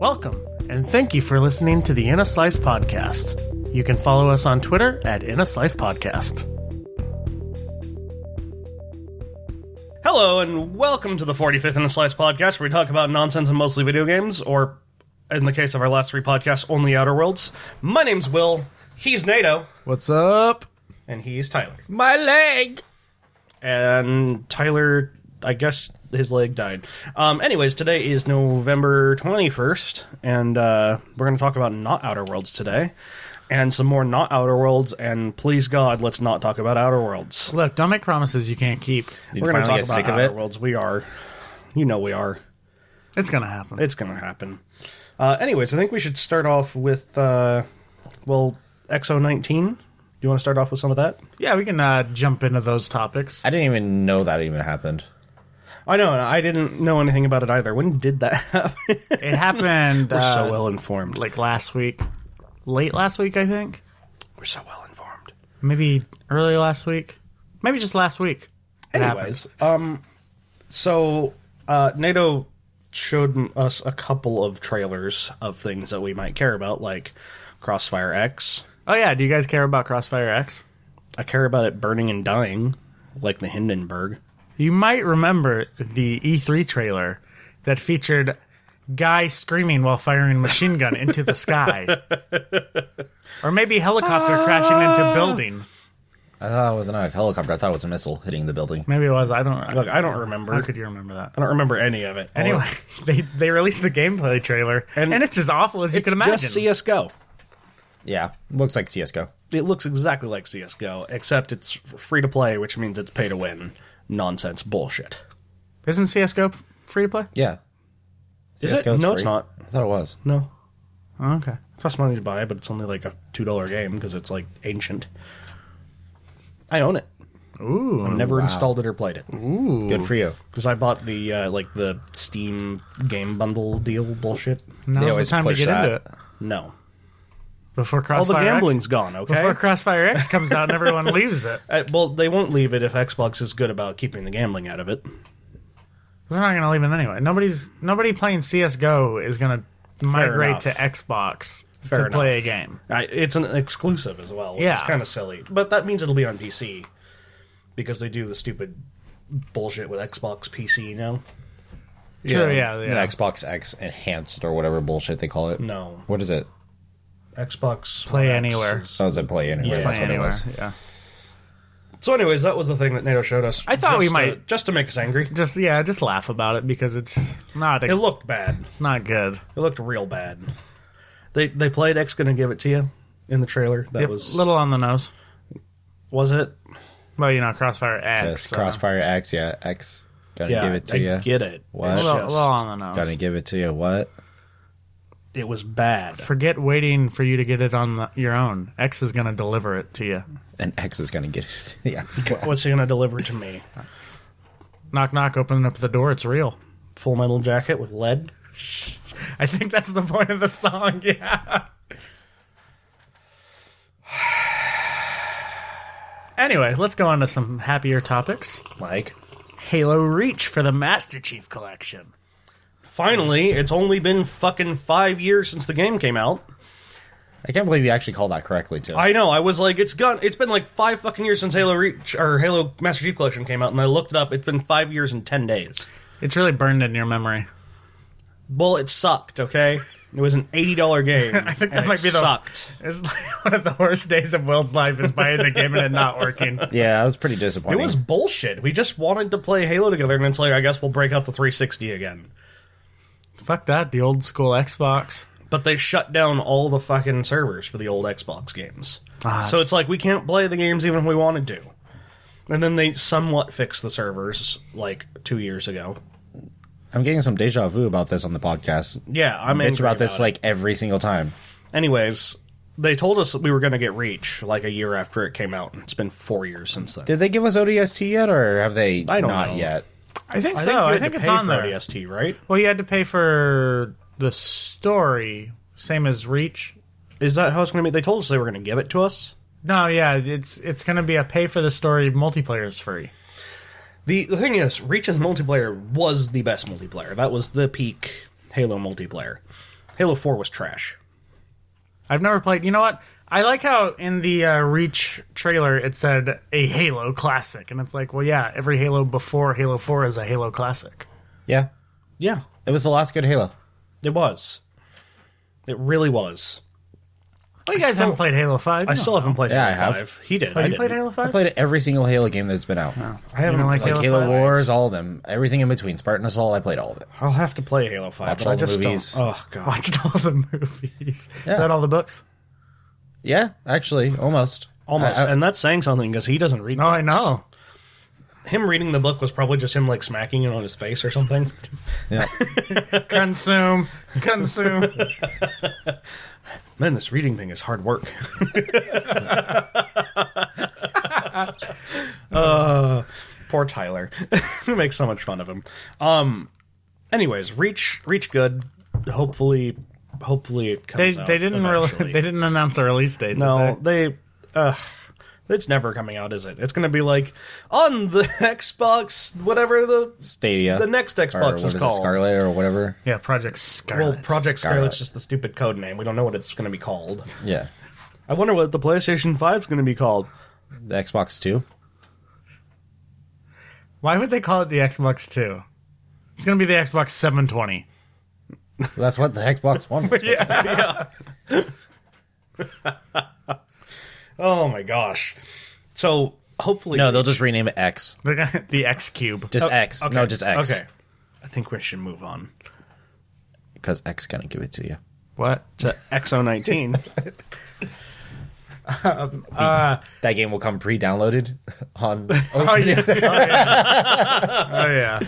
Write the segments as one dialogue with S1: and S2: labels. S1: Welcome, and thank you for listening to the In a Slice podcast. You can follow us on Twitter at In a Slice Podcast. Hello, and welcome to the 45th In a Slice podcast, where we talk about nonsense and mostly video games, or in the case of our last three podcasts, only Outer Worlds. My name's Will, he's NATO,
S2: What's up?
S1: and he's Tyler.
S2: My leg.
S1: and Tyler, I guess his leg died. Um, anyways, today is November 21st, and uh, we're going to talk about not Outer Worlds today, and some more not Outer Worlds, and please God, let's not talk about Outer Worlds.
S2: Look, don't make promises you can't keep.
S3: Did
S1: we're
S3: you
S1: going to
S3: finally
S1: talk
S3: get
S1: about
S3: sick of
S1: Outer
S3: it?
S1: Worlds. We are. You know we are.
S2: It's gonna happen.
S1: It's going to happen. Uh, anyways, I think we should start off with, uh, well, XO19. Do you want to start off with some of that?
S2: yeah, we can uh, jump into those topics.
S3: I didn't even know that even happened.
S1: I know, and I didn't know anything about it either. When did that happen?
S2: It happened
S1: We're
S2: uh,
S1: so well informed.
S2: like last week, late last week, I think,
S1: We're so well informed.
S2: maybe early last week, maybe just last week. It happened.
S1: Anyways, um, so uh, NATO showed us a couple of trailers of things that we might care about, like Crossfire X.
S2: Oh yeah, do you guys care about Crossfire X?
S1: I care about it burning and dying, like the Hindenburg.
S2: You might remember the E3 trailer that featured guy screaming while firing machine gun into the sky, or maybe helicopter crashing
S1: Ah.
S2: into building.
S3: I thought it was not a helicopter. I thought it was a missile hitting the building.
S2: Maybe it was. I don't.
S1: Look, I don't remember.
S2: How could you remember that?
S1: I don't remember any of it.
S2: Anyway, they they released the gameplay trailer,
S1: And
S2: and, it's as awful as you can imagine.
S1: just CS:GO.
S3: Yeah, looks like CS:GO.
S1: It looks exactly like CS:GO, except it's free to play, which means it's pay to win. Nonsense bullshit.
S2: Isn't CS:GO free to play?
S3: Yeah,
S1: Is it?
S3: CS:GO's
S1: No, it's
S3: free.
S1: not.
S3: I thought it was.
S1: No,
S2: Oh, okay.
S1: costs money to buy, but it's only like a two dollar game because it's like ancient. I own it.
S2: Ooh.
S1: Never installed it or played it
S3: Good for you.
S1: because I bought the uh, like the Steam game bundle deal bullshit.
S3: They
S2: Now's the
S3: always
S2: time to
S3: push
S2: get into it
S3: that.
S1: No,
S2: before
S1: all
S2: Crossfire
S1: the gambling's
S2: X,
S1: gone. Okay,
S2: before Crossfire X comes out and everyone leaves it.
S1: Uh, well, they won't leave it if Xbox is good about keeping the gambling out of it.
S2: They're not going to leave it anyway. Nobody's nobody playing CS:GO is going to migrate
S1: enough.
S2: to Xbox to
S1: Fair
S2: play a game.
S1: I, it's an exclusive as well, which is
S2: Yeah.
S1: kind of silly. But that means it'll be on PC because they do the stupid bullshit with Xbox PC now.
S2: True. Yeah.
S3: The
S2: Yeah.
S3: Xbox X enhanced or whatever bullshit they call it.
S1: No,
S3: What is it?
S1: Xbox
S2: Play
S1: One X
S2: anywhere.
S1: is-
S3: That was a play anyway.
S1: Yeah.
S3: That's what
S2: Anywhere,
S3: it was.
S2: Yeah.
S1: So, anyways, that was the thing that NATO showed us.
S2: I thought we
S1: just to-
S2: might-
S1: just to make us angry.
S2: Just yeah, just laugh about it because it's not
S1: It
S2: a,
S1: looked bad.
S2: it's not good.
S1: It looked real bad. They they played X gonna give it to you in the trailer. That
S2: It
S1: was
S2: was little on the nose.
S1: was it?
S2: Well, you know, Crossfire X. uh,
S3: Yes,
S2: so-
S3: Crossfire X. Yeah, X. Gotta
S1: uh, Yeah,
S3: give it to
S1: I
S3: you.
S1: get it.
S3: What?
S1: It's
S2: Well,
S1: just-
S2: well, on the nose.
S3: Gotta give it to you. What?
S1: it was bad.
S2: Forget waiting for you to get it on the, your own. X is going to deliver it to you.
S3: And X is gonna get it. yeah.
S1: What's he gonna deliver to me?
S2: Knock, knock, open up the door. It's real.
S1: Full Metal Jacket with lead.
S2: I think that's the point of the song. Yeah. Anyway, let's go on to some happier topics.
S1: Like
S2: Halo Reach for the Master Chief Collection.
S1: finally, it's only been fucking five years since the game came out.
S3: I can't believe you actually called that correctly too.
S1: I know. I was like, it's gone. It's been like five fucking years since Halo Reach or Halo Master Chief Collection came out, and I looked it up. It's been five years and ten days.
S2: It's really burned in your memory.
S1: Well, it sucked. Okay, it was an eighty dollar game. I
S2: think that might be the-
S1: sucked.
S2: It's like one of the worst days of Will's life is buying the game and it not working.
S3: Yeah, that was pretty
S1: It
S3: disappointing.
S1: was bullshit. We just wanted to play Halo together, and it's like I guess we'll break out the 360 again.
S2: Fuck that, the old school Xbox.
S1: But they shut down all the fucking servers for the old Xbox games,
S2: Ah,
S1: so it's like we can't play the games even if we wanted to. And then they somewhat fixed the servers like two years ago.
S3: I'm getting some deja vu about this on the podcast.
S1: Yeah, I'm
S3: bitch
S1: angry
S3: about this
S1: it.
S3: like every single time.
S1: Anyways, they told us that we were going to get Reach like a year after it came out. and It's been four years since then.
S3: Did they give us ODST yet, or have they
S1: I don't
S3: not
S1: know.
S3: yet?
S2: I think
S1: I
S2: so.
S1: think, you
S2: I
S1: had
S2: think
S1: to
S2: it's
S1: pay
S2: on
S1: for
S2: there.
S1: ODST, right?
S2: Well, you had to pay for the story, same as Reach.
S1: Is that how it's going to be? They told us they were going to give it to us.
S2: No, yeah, it's it's gonna be a pay for the story. Multiplayer is free.
S1: The, the thing is, Reach's multiplayer was the best multiplayer. That was the peak Halo multiplayer. Halo Four was trash.
S2: I've never played. You know what? I like how in the uh, Reach trailer it said a Halo classic, and it's like, well, yeah, every Halo before Halo Four is a Halo classic.
S3: Yeah,
S1: Yeah,
S3: it was the last good Halo.
S1: it was. It really was.
S2: Well, you guys
S1: still-
S2: haven't played Halo Five.
S1: I still haven't played
S3: Oh, Yeah,
S1: Halo
S3: I have.
S1: Five. He did.
S2: Have
S1: I
S2: Oh, you played
S1: didn't.
S2: Halo
S3: I
S2: Five?
S3: played every single Halo game that's been out,
S1: I haven't
S2: don't like
S1: played-
S3: like
S2: Halo
S3: Halo,
S2: five.
S3: Wars, all of them, everything in between, Spartan Assault. I played all of it.
S1: I'll have to play Halo Five.
S3: Watch
S1: but I
S3: all the
S1: just
S3: movies.
S1: Don't. Oh god.
S2: Watched all the movies.
S3: Yeah.
S2: Read all the books.
S3: Yeah, actually, almost,
S1: Almost,
S3: I- I-
S1: and that's saying something because he doesn't read.
S2: No, Oh, I
S1: books.
S2: know.
S1: Him reading the book was probably just him like smacking it on his face or something.
S3: yeah.
S2: Consume, consume.
S1: Man, this reading thing is hard work. uh, poor Tyler. we make so much fun of him. Um. Anyways, reach reach good. Hopefully, hopefully it
S2: they
S1: comes. out
S2: they didn't really,
S1: eventually.
S2: they didn't announce a release date. did
S1: No,
S2: they?
S1: they. Uh, it's never coming out, is it? It's going to be like on the Xbox, whatever the
S3: Stadia.
S1: the next
S3: or
S1: Xbox
S3: what
S1: is
S3: it,
S1: called.
S3: Scarlet or whatever.
S2: Yeah, Project
S1: Well,
S2: Scarlet.
S1: Project
S3: Scarlet.
S1: Scarlet's just the stupid code name. We don't know what it's going to be called.
S3: Yeah,
S1: I wonder what the PlayStation 5 is going to be called.
S3: the Xbox Two.
S2: Why would they call it the Xbox Two? It's gonna be the Xbox 720.
S3: That's what the Xbox One was. supposed to
S1: Oh my gosh. So, hopefully.
S3: be. No, they'll just rename it X.
S2: They're gonna- the X Cube. Oh,
S3: Just X. No, just X.
S1: Oh, Okay. I think we should move on
S3: Because X gonna give it to you.
S2: What?
S1: to XO19.
S3: That game will come pre-downloaded on.
S2: Uh,
S3: Oh,
S2: Oh yeah. oh yeah. Oh, yeah.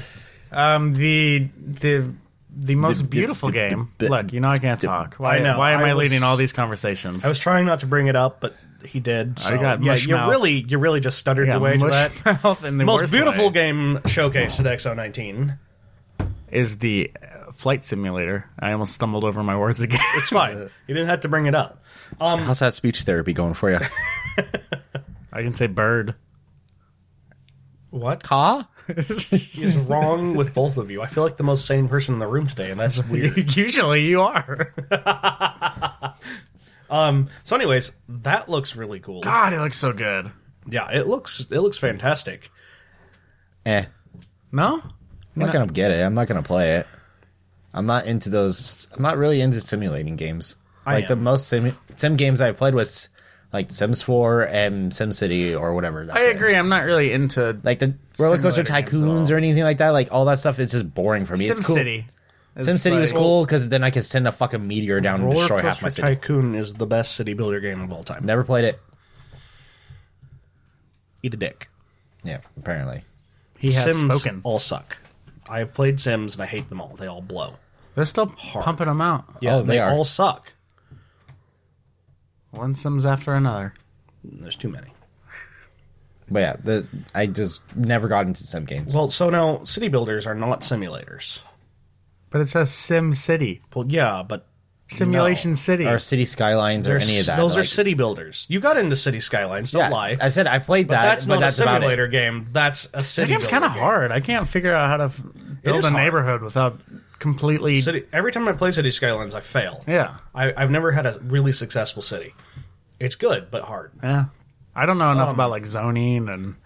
S2: Um, the the the most
S3: d-
S2: beautiful
S3: d-
S2: game.
S3: d-
S2: Look, you know I can't talk. Why,
S1: I know.
S2: why am I,
S1: I was-
S2: leading all these conversations?
S1: I was trying not to bring it up, but he did. So,
S2: got
S1: yeah,
S2: mush
S1: you
S2: mouth.
S1: really, you really just stuttered your way to
S2: mush
S1: that.
S2: mouth in the
S1: Most
S2: worst
S1: beautiful
S2: way
S1: game showcased at XO19.
S2: is the uh, flight simulator. I almost stumbled over my words again.
S1: It's fine. you didn't have to bring it up.
S3: how's that speech therapy going for you?
S2: I can say bird.
S1: What
S3: Huh?
S1: is wrong with both of you? I feel like the most sane person in the room today, and that's weird.
S2: Usually you are.
S1: So, anyways, that looks really cool.
S2: God, it looks so good.
S1: Yeah, it looks it looks fantastic.
S3: Eh.
S2: No?
S3: I'm not gonna get it. I'm not gonna play it. I'm not into those. I'm not really into simulating games.
S1: I
S3: like the
S1: am.
S3: most sim, sim games I played was like Sims 4 and SimCity or whatever. That's
S2: I
S3: it.
S2: agree. I'm not really into
S3: Like the roller coaster
S2: Simulator games at
S3: tycoons
S2: all.
S3: or anything like that. Like all that stuff is just boring for me. it's cool.
S2: SimCity. It's
S3: SimCity
S2: like-
S3: was cool because then I could send a fucking meteor down and
S1: Roller
S3: destroy
S1: Coaster
S3: half my city.
S1: Tycoon is the best city builder game of all time.
S3: Never played it.
S1: Eat a dick.
S3: Yeah, apparently.
S2: He has
S1: Sims
S2: spoken.
S1: all suck. I have played Sims and I hate them all. They all blow.
S2: They're still pumping them out.
S1: Yeah,
S3: Oh, they are.
S1: all suck.
S2: One Sims after another.
S1: There's too many.
S3: But yeah, the I just never got into sim games.
S1: Well, so now city builders are not simulators.
S2: But it says Sim City.
S1: Well, yeah, but
S2: Simulation
S1: No.
S2: City.
S3: or City Skylines or
S1: there's-
S3: any of that.
S1: those are
S3: Like,
S1: city builders. You got into City Skylines. Don't
S3: yeah,
S1: lie.
S3: I said I played that,
S1: that's
S3: but
S1: not
S3: that's
S1: a
S3: about it.
S1: simulator game. That's a
S2: that
S1: city.
S2: game's
S1: builder
S2: kind of
S1: game.
S2: hard. I can't figure out how to f- build
S1: is
S2: a
S1: hard.
S2: neighborhood without completely.
S1: City, every time I play City Skylines, I fail.
S2: Yeah.
S1: I, I've never had a really successful city. It's good, but hard.
S2: Yeah. I don't know enough
S1: Um.
S2: about like zoning and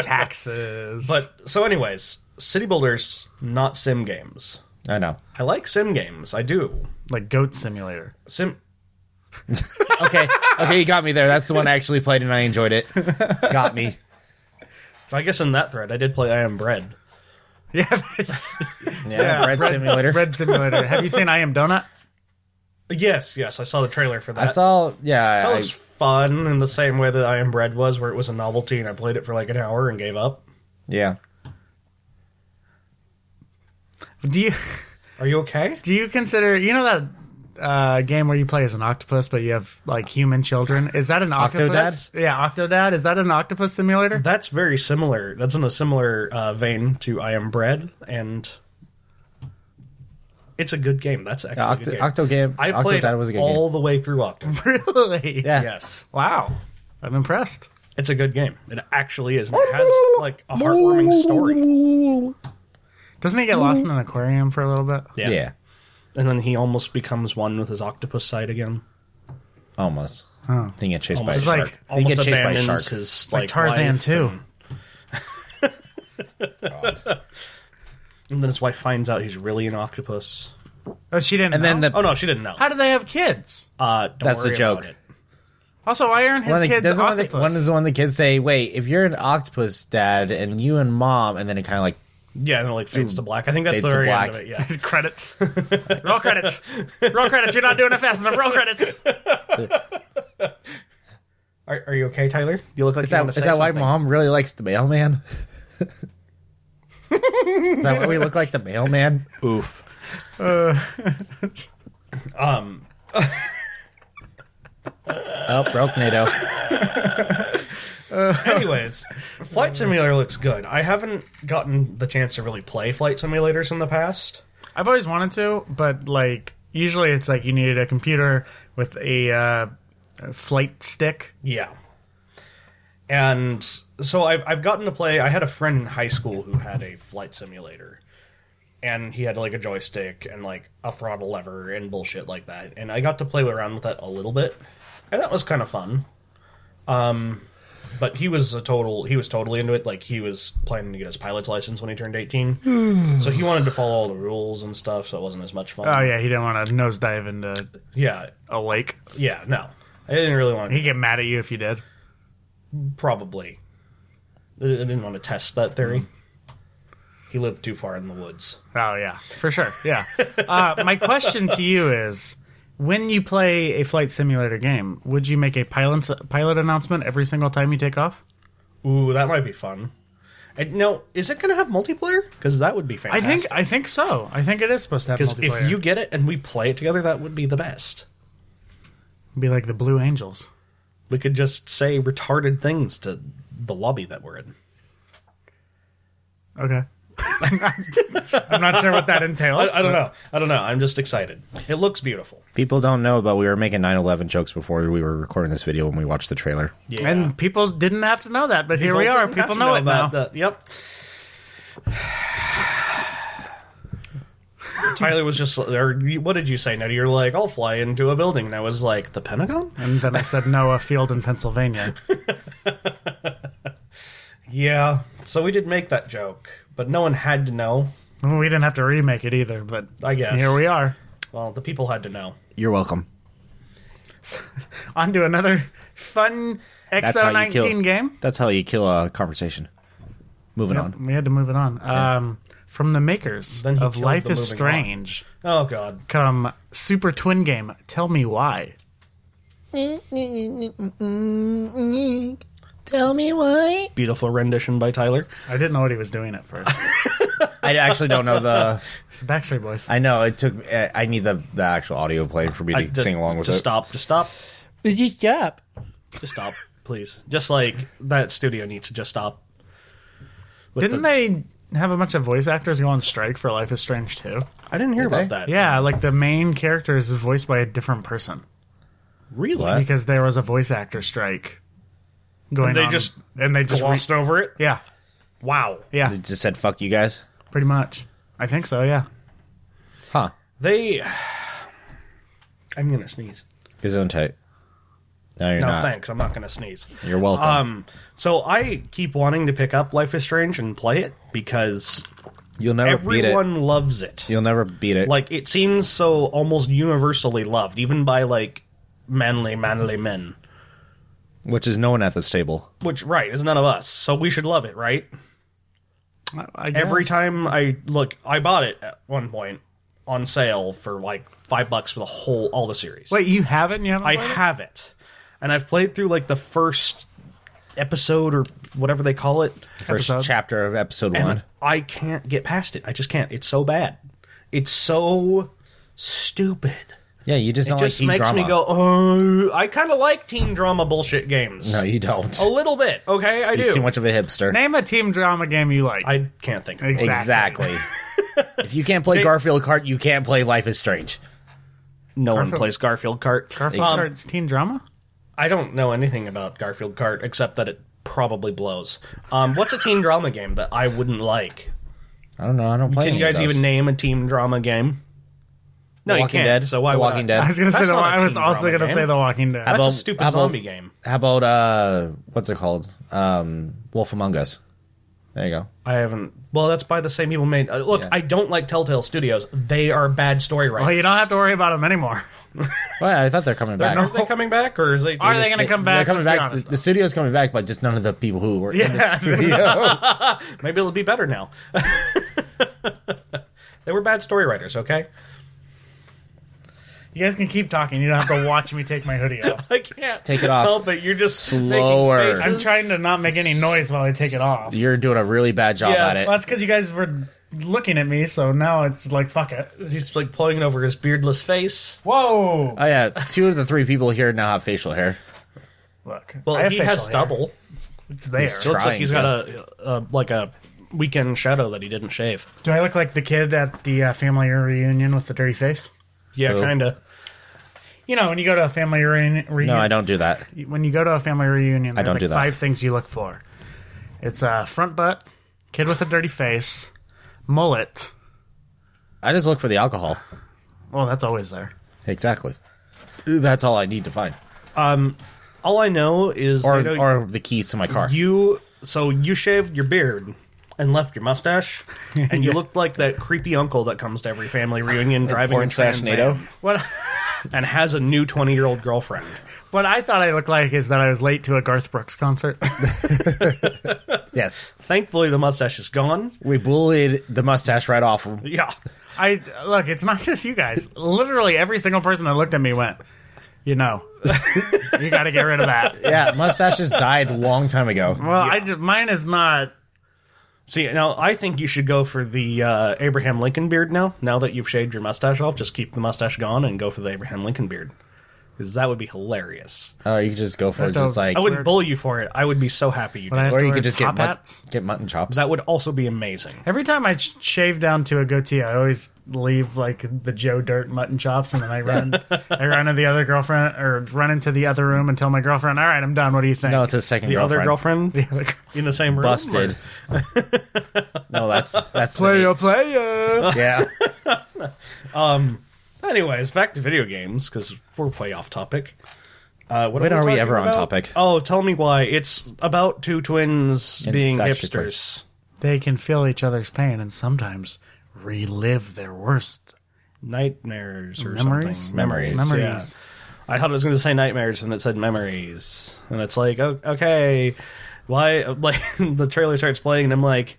S2: taxes.
S1: But so, anyways, city builders, not sim games.
S3: I know.
S1: I like sim games. I do
S2: like Goat Simulator.
S1: sim.
S3: Okay, okay, you got me there. That's the one I actually played and I enjoyed it. Got me.
S1: I guess in that thread, I did play I Am Bread.
S2: Yeah.
S3: Yeah, Bread Simulator.
S2: Bread Simulator. Have you seen I Am Donut?
S1: Yes, yes, I saw the trailer for that.
S3: I saw. Yeah,
S1: that
S3: I,
S1: was fun in the same way that I Am Bread was, where it was a novelty, and I played it for like an hour and gave up.
S3: yeah.
S2: Do you
S1: Are you okay?
S2: do you consider you know that uh, game where you play as an octopus but you have like human children? Is that an octopus?
S3: Octodad?
S2: Yeah, Octodad. Is that an octopus simulator?
S1: That's very similar. That's in a similar uh, vein to I Am Bread, and it's a good game. That's actually a
S3: Octo,
S1: good game.
S3: Octo game.
S1: I
S3: Octo
S1: played
S3: Dad was a good
S1: all
S3: game.
S1: the way through Octo.
S2: really?
S3: Yeah.
S1: yes,
S2: Wow. I'm impressed.
S1: it's a good game. It actually is. And it has like a heartwarming story.
S2: Doesn't he get lost in an aquarium for a little bit?
S3: Yeah.
S1: and then he almost becomes one with his octopus side again.
S3: Almost. Oh. They get chased
S1: Almost.
S3: by a
S2: It's
S3: shark.
S2: like-
S3: they get
S1: Almost
S3: chased by a
S1: abandons
S3: shark.
S1: his
S2: like,
S1: like,
S2: Tarzan
S1: wife,
S2: too.
S1: And, and then his wife finds out he's really an octopus.
S2: Oh, she didn't.
S3: And then
S2: know?
S3: the
S1: Oh no, she didn't know.
S2: How do they have kids?
S1: Uh, don't
S3: That's the
S1: worry about
S3: joke.
S1: it.
S2: Also, why aren't his
S3: one of the,
S2: kids
S3: doesn't one, of the,
S2: octopus?
S3: one, is one of the kids say, "Wait, if you're an octopus, Dad, and you and Mom," and then it kind of like
S1: Yeah, and it like fades to black. I think that's the
S3: Fades to
S1: very
S3: black.
S1: end of it. Yeah.
S2: credits. Roll credits. Roll credits. You're not doing it fast enough. Roll credits.
S1: Are, are you okay, Tyler? You look like
S3: Is
S1: you
S3: that,
S1: want
S3: is
S1: to say
S3: that why
S1: something.
S3: mom really likes the mailman? is that why we look like the mailman?
S1: Oof. um.
S3: Oh, broke NATO.
S1: Anyways, Flight Simulator looks good. I haven't gotten the chance to really play Flight Simulators in the past.
S2: I've always wanted to, but like usually it's like you needed a computer with a, uh, a flight stick.
S1: Yeah. And so I've, I've gotten to play. I had a friend in high school who had a flight simulator. And he had like a joystick and like a throttle lever and bullshit like that. And I got to play around with that a little bit. And that was kind of fun. Um, but he was a total, he was totally into it. Like he was planning to get his pilot's license when he turned 18. so he wanted to follow all the rules and stuff. So it wasn't as much fun.
S2: Oh yeah, he didn't want to nosedive into
S1: yeah.
S2: a lake.
S1: Yeah. No, I didn't really want to
S2: He'd get mad at you if you did.
S1: probably. I I didn't want to test that theory.
S2: Mm-hmm.
S1: He lived too far in the woods.
S2: Oh yeah, for sure. Yeah. Uh, my question to you is: When you play a flight simulator game, would you make a pilot pilot announcement every single time you take off?
S1: Ooh, that might be fun. And no, is it going to have multiplayer? Because that would be
S2: I
S1: fantastic.
S2: think I think so. I think it is supposed to have
S1: because
S2: multiplayer.
S1: if you get it and we play it together, that would be the best.
S2: be like the Blue Angels.
S1: We could just say retarded things to the lobby that we're in.
S2: Okay. I'm not sure what that entails.
S1: I don't know. I don't know. I'm just excited. It looks beautiful.
S3: People don't know, but we were making 9-11 jokes before we were recording this video when we watched the trailer.
S1: Yeah.
S2: And people didn't have to know that, but here we
S1: People
S2: are.
S1: didn't have
S2: People
S1: to
S2: know, it now.
S1: about that. Yep. Tyler was just, or you- what did you say? Now you're like, I'll fly into a building. And I was like, the Pentagon?
S2: And then I said Noah Field in Pennsylvania.
S1: Yeah. So we did make that joke, but no one had to know.
S2: Well, we didn't have to remake it either, but
S1: I guess.
S2: here we are.
S1: Well, the people had to know.
S3: You're welcome.
S2: On to another fun
S3: how you kill.
S2: XO19 game.
S3: That's how you kill a conversation. Moving on.
S2: We had to move it on. Um, from the makers
S1: Then he
S2: of
S1: killed
S2: Life
S1: the
S2: is
S1: moving
S2: Strange
S1: Oh, God.
S2: come Super Twin Game. Tell me why.
S3: Tell me why.
S1: Beautiful rendition by Tyler.
S2: I didn't know what he was doing at first.
S3: I actually don't know the.
S2: It's the Backstreet Boys.
S3: I know it took. I I need the, the actual audio played for me to
S1: I-
S3: sing along with
S1: just
S3: it.
S1: stop. Just stop.
S3: Just stop.
S1: Just stop, please. Just like that studio needs to just stop. With
S2: Didn't
S1: the-
S2: they have a bunch of voice actors go on strike for Life is Strange too?
S1: I didn't hear
S3: Did
S1: about
S3: they?
S1: that.
S2: Yeah, like the main character is voiced by a different person
S1: Really?
S3: What?
S2: because there was a voice actor strike going
S1: They
S2: on,
S1: just
S2: and they just re-
S1: Glossed over it?
S2: yeah,
S1: Wow.
S2: yeah,
S3: They just said fuck you guys.
S2: pretty much. I think so. Yeah,
S3: Huh.
S1: They. I'm gonna sneeze.
S3: His own tight. No, you're
S1: No,
S3: not.
S1: thanks. I'm not gonna sneeze.
S3: You're welcome.
S1: Um, so I keep wanting to pick up Life is Strange and play it because
S3: You'll never beat it.
S1: everyone loves it.
S3: You'll never beat it.
S1: Like it seems so almost universally loved, even by like manly, manly men.
S3: which is no one at this table.
S1: Which right is none of us, so we should love it, right?
S2: I, I
S1: Every
S2: guess.
S1: time I look, I bought it at one point on sale for like five bucks for the whole all the series.
S2: Wait, you have it? And you haven't?
S1: I
S2: played it?
S1: have it, and I've played through like the first episode or whatever they call it.
S3: First
S2: Episode.
S3: chapter of episode one.
S1: I can't get past it. I just can't. It's so bad. It's so stupid.
S3: Yeah, you just don't
S1: Just
S3: like teen
S1: makes
S3: drama.
S1: me go. Oh, I kind of like teen drama bullshit games.
S3: No, you don't.
S1: a little bit. Okay, I
S3: He's
S1: do.
S3: too much of a hipster.
S2: Name a team drama game you like.
S1: I can't think. of it.
S3: exactly. if you can't play Garfield Kart, you can't play Life is Strange.
S1: No one
S2: Garfield-
S1: plays Garfield Kart.
S2: Garfield
S1: Um,
S2: starts teen drama.
S1: I don't know anything about Garfield Kart except that it probably blows. Um, what's a teen drama game that I wouldn't like?
S3: I don't know. I don't play.
S1: Can
S3: any
S1: you
S3: of
S1: guys
S3: those.
S1: even name a teen drama game? No,
S4: The
S1: you
S4: Walking
S1: can't,
S4: Dead.
S1: so why
S4: the
S1: would
S4: Walking
S1: I?
S4: Dead.
S2: I was gonna
S1: That's
S2: say. The,
S1: not a
S2: I was
S1: teen
S2: also
S1: drama,
S2: gonna
S1: man.
S2: say the Walking Dead.
S1: That's
S3: How
S1: a
S3: about-
S1: stupid
S3: how about-
S1: zombie game.
S3: How about uh, what's it called? Um, Wolf Among Us. There you go.
S1: I haven't. Well, that's by the same people made. Uh, look,
S3: Yeah.
S1: I don't like Telltale Studios. They are bad story writers.
S2: Well, you don't have to worry about them anymore.
S3: Well, I thought they're coming back.
S1: Are they coming back, or is they? Just,
S2: Are they gonna come back?
S3: They're coming
S2: Let's be
S3: back.
S2: honest,
S3: The, the studio's coming back, but just none of the people who were in the
S2: Yeah.
S3: studio.
S1: Maybe it'll be better now. they were bad story writers. Okay,
S2: You guys can keep talking. You don't have to watch me take my hoodie off.
S1: I can't
S3: Take it off.
S1: Help it. You're just
S3: Slower.
S1: Making faces.
S2: I'm trying to not make any noise while I take it off.
S3: You're doing a really bad job
S1: Yeah,
S3: at it.
S2: Well, that's because you guys were looking at me, so now it's like fuck it.
S1: He's like pulling it over his beardless face.
S2: Whoa!
S3: Oh yeah, two of the three people here now have facial hair.
S2: Look,
S1: Well,
S2: I have
S1: he has
S2: facial hair.
S1: stubble.
S2: It's there.
S1: It looks like
S3: Trying
S1: he's got a, a like a weekend shadow that he didn't shave.
S2: Do I look like the kid at the uh, family reunion with the dirty face?
S1: Yeah,
S3: Oh.
S1: kinda.
S2: You know, when you go to a family reuni- reunion,
S3: No, I don't do that.
S2: when you go to a family reunion, there's
S3: don't
S2: like
S3: do that.
S2: five things you look for. It's a uh, front butt, kid with a dirty face, mullet.
S3: I just look for the alcohol.
S2: Well, that's always there.
S3: Exactly. That's all I need to find,
S1: All I know is
S3: or
S1: I know
S3: or the keys to my car.
S1: you. So you shaved your beard and left your mustache, and you looked like that creepy uncle that comes to every family reunion driving a
S4: Porn slash
S1: Trans
S4: NATO.
S1: Am
S2: What
S1: and has a new twenty-year-old girlfriend.
S2: what I thought I looked like is that I was late to a Garth Brooks concert.
S3: yes,
S1: Thankfully, the mustache is gone.
S3: we bullied the mustache right off.
S1: Yeah,
S2: I look. It's not just you guys. Literally every single person that looked at me went, you know, you got to get rid of that.
S3: Yeah, mustaches died a long time ago.
S2: Well, I ju- mine is not.
S1: See, now I think you should go for the uh, Abraham Lincoln beard now. Now that you've shaved your mustache off, just keep the mustache gone and go for the Abraham Lincoln beard. Because that would be hilarious.
S3: Or Oh, you could just go for
S2: Left
S3: just
S2: over.
S3: like,
S1: I wouldn't
S2: Weird.
S1: bully you for it. I would be so happy you
S2: But I
S1: did.
S2: have
S3: or
S2: to
S3: you
S2: wear
S3: could just get
S2: top
S3: mut-
S2: hats.
S3: get mutton chops.
S1: That would also be amazing.
S2: Every time I sh- shave down to a goatee, I always leave like the Joe Dirt mutton chops, and then I run, I run to the other girlfriend or run into the other room and tell my girlfriend, "All right, I'm done. What do you think?"
S3: no, it's his second
S1: The
S3: girlfriend.
S1: other girlfriend in the same room? Oh
S3: busted. no, that's that's the
S2: player, player.
S3: yeah.
S1: Or- Anyways, back to video games, because we're way off topic. Uh, what
S3: When are we
S1: talking
S3: ever on
S1: about?
S3: topic?
S1: Oh, tell me why. It's about two twins being
S3: Backstreet
S1: hipsters.
S3: Boys.
S2: they can feel each other's pain and sometimes relive their worst
S1: Nightmares or
S2: Memories?
S1: something.
S3: Memories.
S2: memories.
S1: I thought it was going to say nightmares, and it said memories, and it's like, oh, okay, why? Like the trailer starts playing, and I'm like,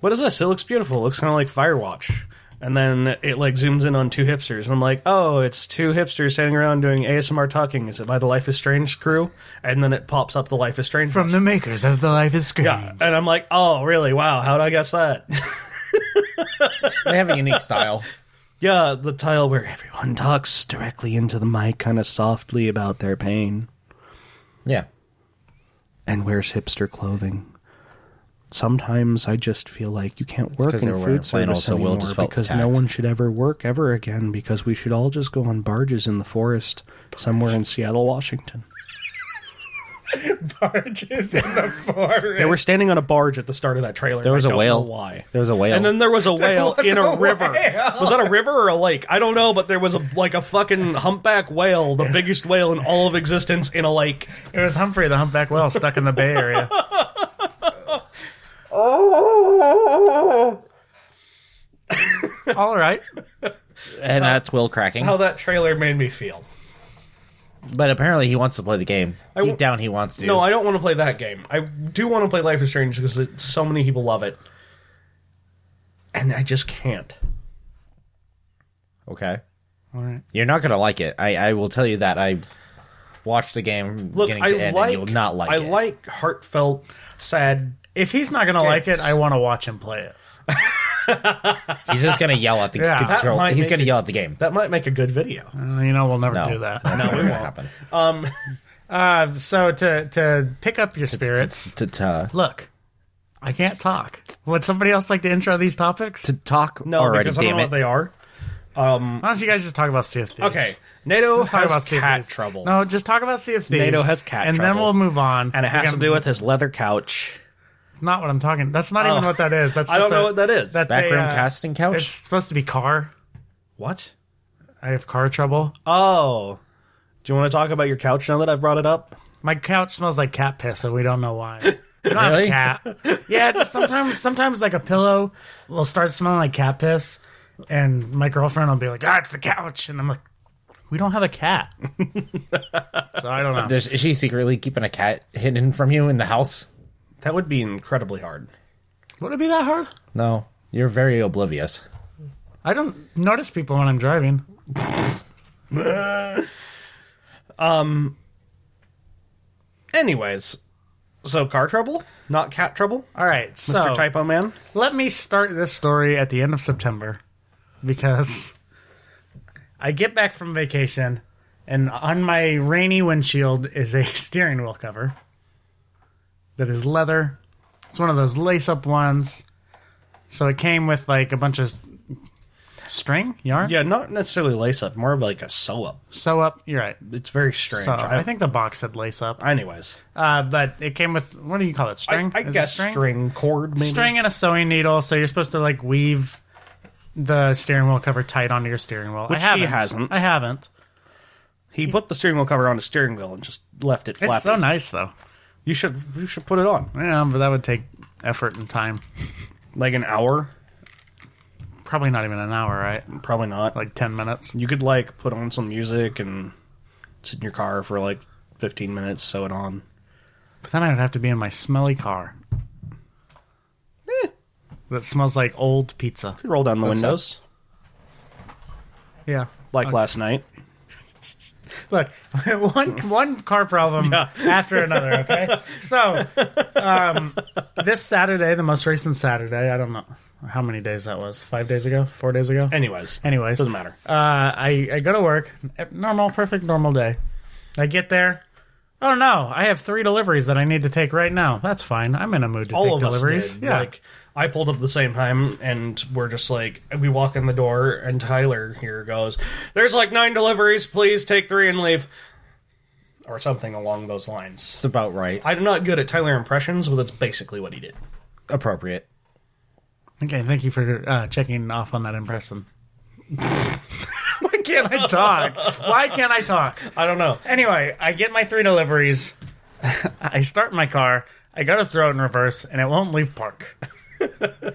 S1: what is this? It looks beautiful. It looks kind of like Firewatch, and then it like zooms in on two hipsters, and I'm like, oh, it's two hipsters standing around doing ASMR talking. Is it by the Life is Strange crew? And then it pops up the Life is Strange
S2: From the makers of The Life is Strange.
S1: yeah, and I'm like, oh, really? Wow, how did I guess that?
S3: They have a unique style.
S1: yeah, the tile where everyone talks directly into the mic, kind of softly about their pain.
S3: Yeah.
S1: and wears hipster clothing. Sometimes I just feel like you can't
S3: 'cause
S1: work
S3: they
S1: in
S3: were wearing
S1: food
S3: flannel,
S1: service
S3: so Will
S1: anymore
S3: just felt
S1: because no
S3: attacked.
S1: one should ever work ever again because we should all just go on barges in the forest somewhere in Seattle, Washington.
S2: Barges in the forest.
S1: They were standing on a barge at the start of that trailer.
S3: There was
S1: a
S3: a whale.
S1: why?
S3: There was a whale.
S1: And then there was a whale
S2: was
S1: in a,
S2: a
S1: river.
S2: whale.
S1: Was that a river or a lake? I don't know, but there was a like a fucking humpback whale, the biggest whale in all of existence, in a lake.
S2: It was Humphrey the humpback whale stuck in the Bay Area. All right.
S3: and that's Will cracking.
S1: How that trailer made me feel.
S3: but apparently, he wants to play the game. Deep
S1: w-
S3: down, he wants to.
S1: No, I don't want to play that game. I do want to play Life is Strange because it, so many people love it, and I just can't.
S3: okay.
S2: All right.
S3: You're not gonna like it. I, I will tell you that. I watched the game from
S1: Look,
S3: beginning
S1: I
S3: to end,
S1: like
S3: and you'll not like
S1: I
S3: it.
S1: like heartfelt, sad.
S2: If he's not going to like it, I want to watch him play it.
S3: He's just gonna yell at the
S2: Yeah. That
S3: control.
S1: might
S3: He's
S1: make
S3: gonna
S1: it-
S3: yell at the game.
S1: That might make a good video.
S2: Uh, you know, we'll never
S3: No.
S2: do that.
S3: That's never
S1: we
S3: gonna
S1: won't.
S3: happen.
S2: Uh, so to to pick up your spirits,
S3: To, uh, to,
S2: look, I can't talk. Would somebody else like to intro these topics?
S3: to talk
S1: No,
S3: already,
S1: because I don't
S3: damn
S1: know
S3: it.
S1: what they are.
S2: Why don't you guys just talk about Sea of Thieves?
S1: Okay, NATO
S2: Let's talk
S1: has
S2: about sea of
S1: cat
S2: Thieves.
S1: trouble,
S2: No, just talk about Sea of Thieves.
S1: NATO has cat
S2: and
S1: trouble.
S2: then we'll move on.
S1: and it has
S2: We're
S1: to
S2: gonna-
S1: do with his leather couch.
S2: It's not what I'm talking. That's not even what that is. That's
S1: I don't
S2: just a-
S1: know what that is.
S2: That's
S3: Backroom
S2: a, uh,
S3: casting
S2: It's
S3: couch.
S2: supposed to be car.
S1: uh, what?
S2: I have car trouble.
S1: Oh, do you want to talk about your couch now that I've brought it up?
S2: My couch smells like cat piss, so we don't know why. I don't have a
S3: Really?
S2: cat. Yeah, just sometimes, sometimes like a pillow will start smelling like cat piss, and my girlfriend will be like, "Ah, it's the couch," and I'm like, "We don't have a cat." so I don't know.
S3: There's, is she secretly keeping a cat hidden from you in the house?
S1: That would be incredibly hard.
S2: Would it be that hard?
S3: No, you're very oblivious.
S2: I don't notice people when I'm driving.
S1: Anyways, so car trouble, not cat trouble,
S2: All right, so
S1: Mr. Typo Man.
S2: let me start this story at the end of September because I get back from vacation and on my rainy windshield is a steering wheel cover that is leather. It's one of those lace up ones. So it came with like a bunch of s- string, yarn,
S1: Yeah, not necessarily lace up, more of like a sew up.
S2: sew up. You're right.
S1: It's very strange.
S2: So
S1: I-
S2: I think the box said lace up.
S1: Anyways,
S2: Uh, but it came with, what do you call it?
S1: I,
S2: String?
S1: I
S2: Is it
S1: guess
S2: string?
S1: string? cord maybe.
S2: string and a sewing needle, so you're supposed to like weave the steering wheel cover tight onto your steering wheel.
S1: Which
S2: I
S1: he
S2: haven't.
S1: hasn't.
S2: I haven't.
S1: He put the steering wheel cover on a steering wheel and just left it
S2: It's
S1: flapping.
S2: so nice though.
S1: you should you should put it on
S2: Yeah, but that would take effort and time.
S1: like an hour,
S2: Probably not even an hour, right?
S1: probably not.
S2: Like ten minutes.
S1: you could like put on some music and sit in your car for like 15 minutes, sew it on.
S2: But then I would have to be in my smelly car. Eh. That smells like old pizza.
S1: You could roll down the
S3: That's
S1: windows
S2: Yeah.
S1: like last night.
S2: Look, one one car problem after another. Okay, so um, this Saturday, the most recent Saturday, I don't know how many days that was. Five days ago, four days ago.
S1: Anyways,
S2: Anyways,
S1: doesn't matter.
S2: uh, I, I go to work, Eh, normal, perfect, normal day. I get there. Oh no, I have three deliveries that I need to take right now. That's fine. I'm in a mood to
S1: all
S2: take
S1: of
S2: deliveries.
S1: us did.
S2: Yeah.
S1: Like I pulled up the same time, and we're just like we walk in the door, and Tyler here goes, "There's like nine deliveries. Please take three and leave," or something along those lines.
S3: It's about right.
S1: I'm not good at Tyler impressions, but that's basically what he did.
S3: Appropriate.
S2: okay, thank you for uh, checking off on that impression. Why can't I talk? Why can't I talk?
S1: I don't know.
S2: Anyway, I get my three deliveries. I start my car. I go to throw it in reverse, and it won't leave park.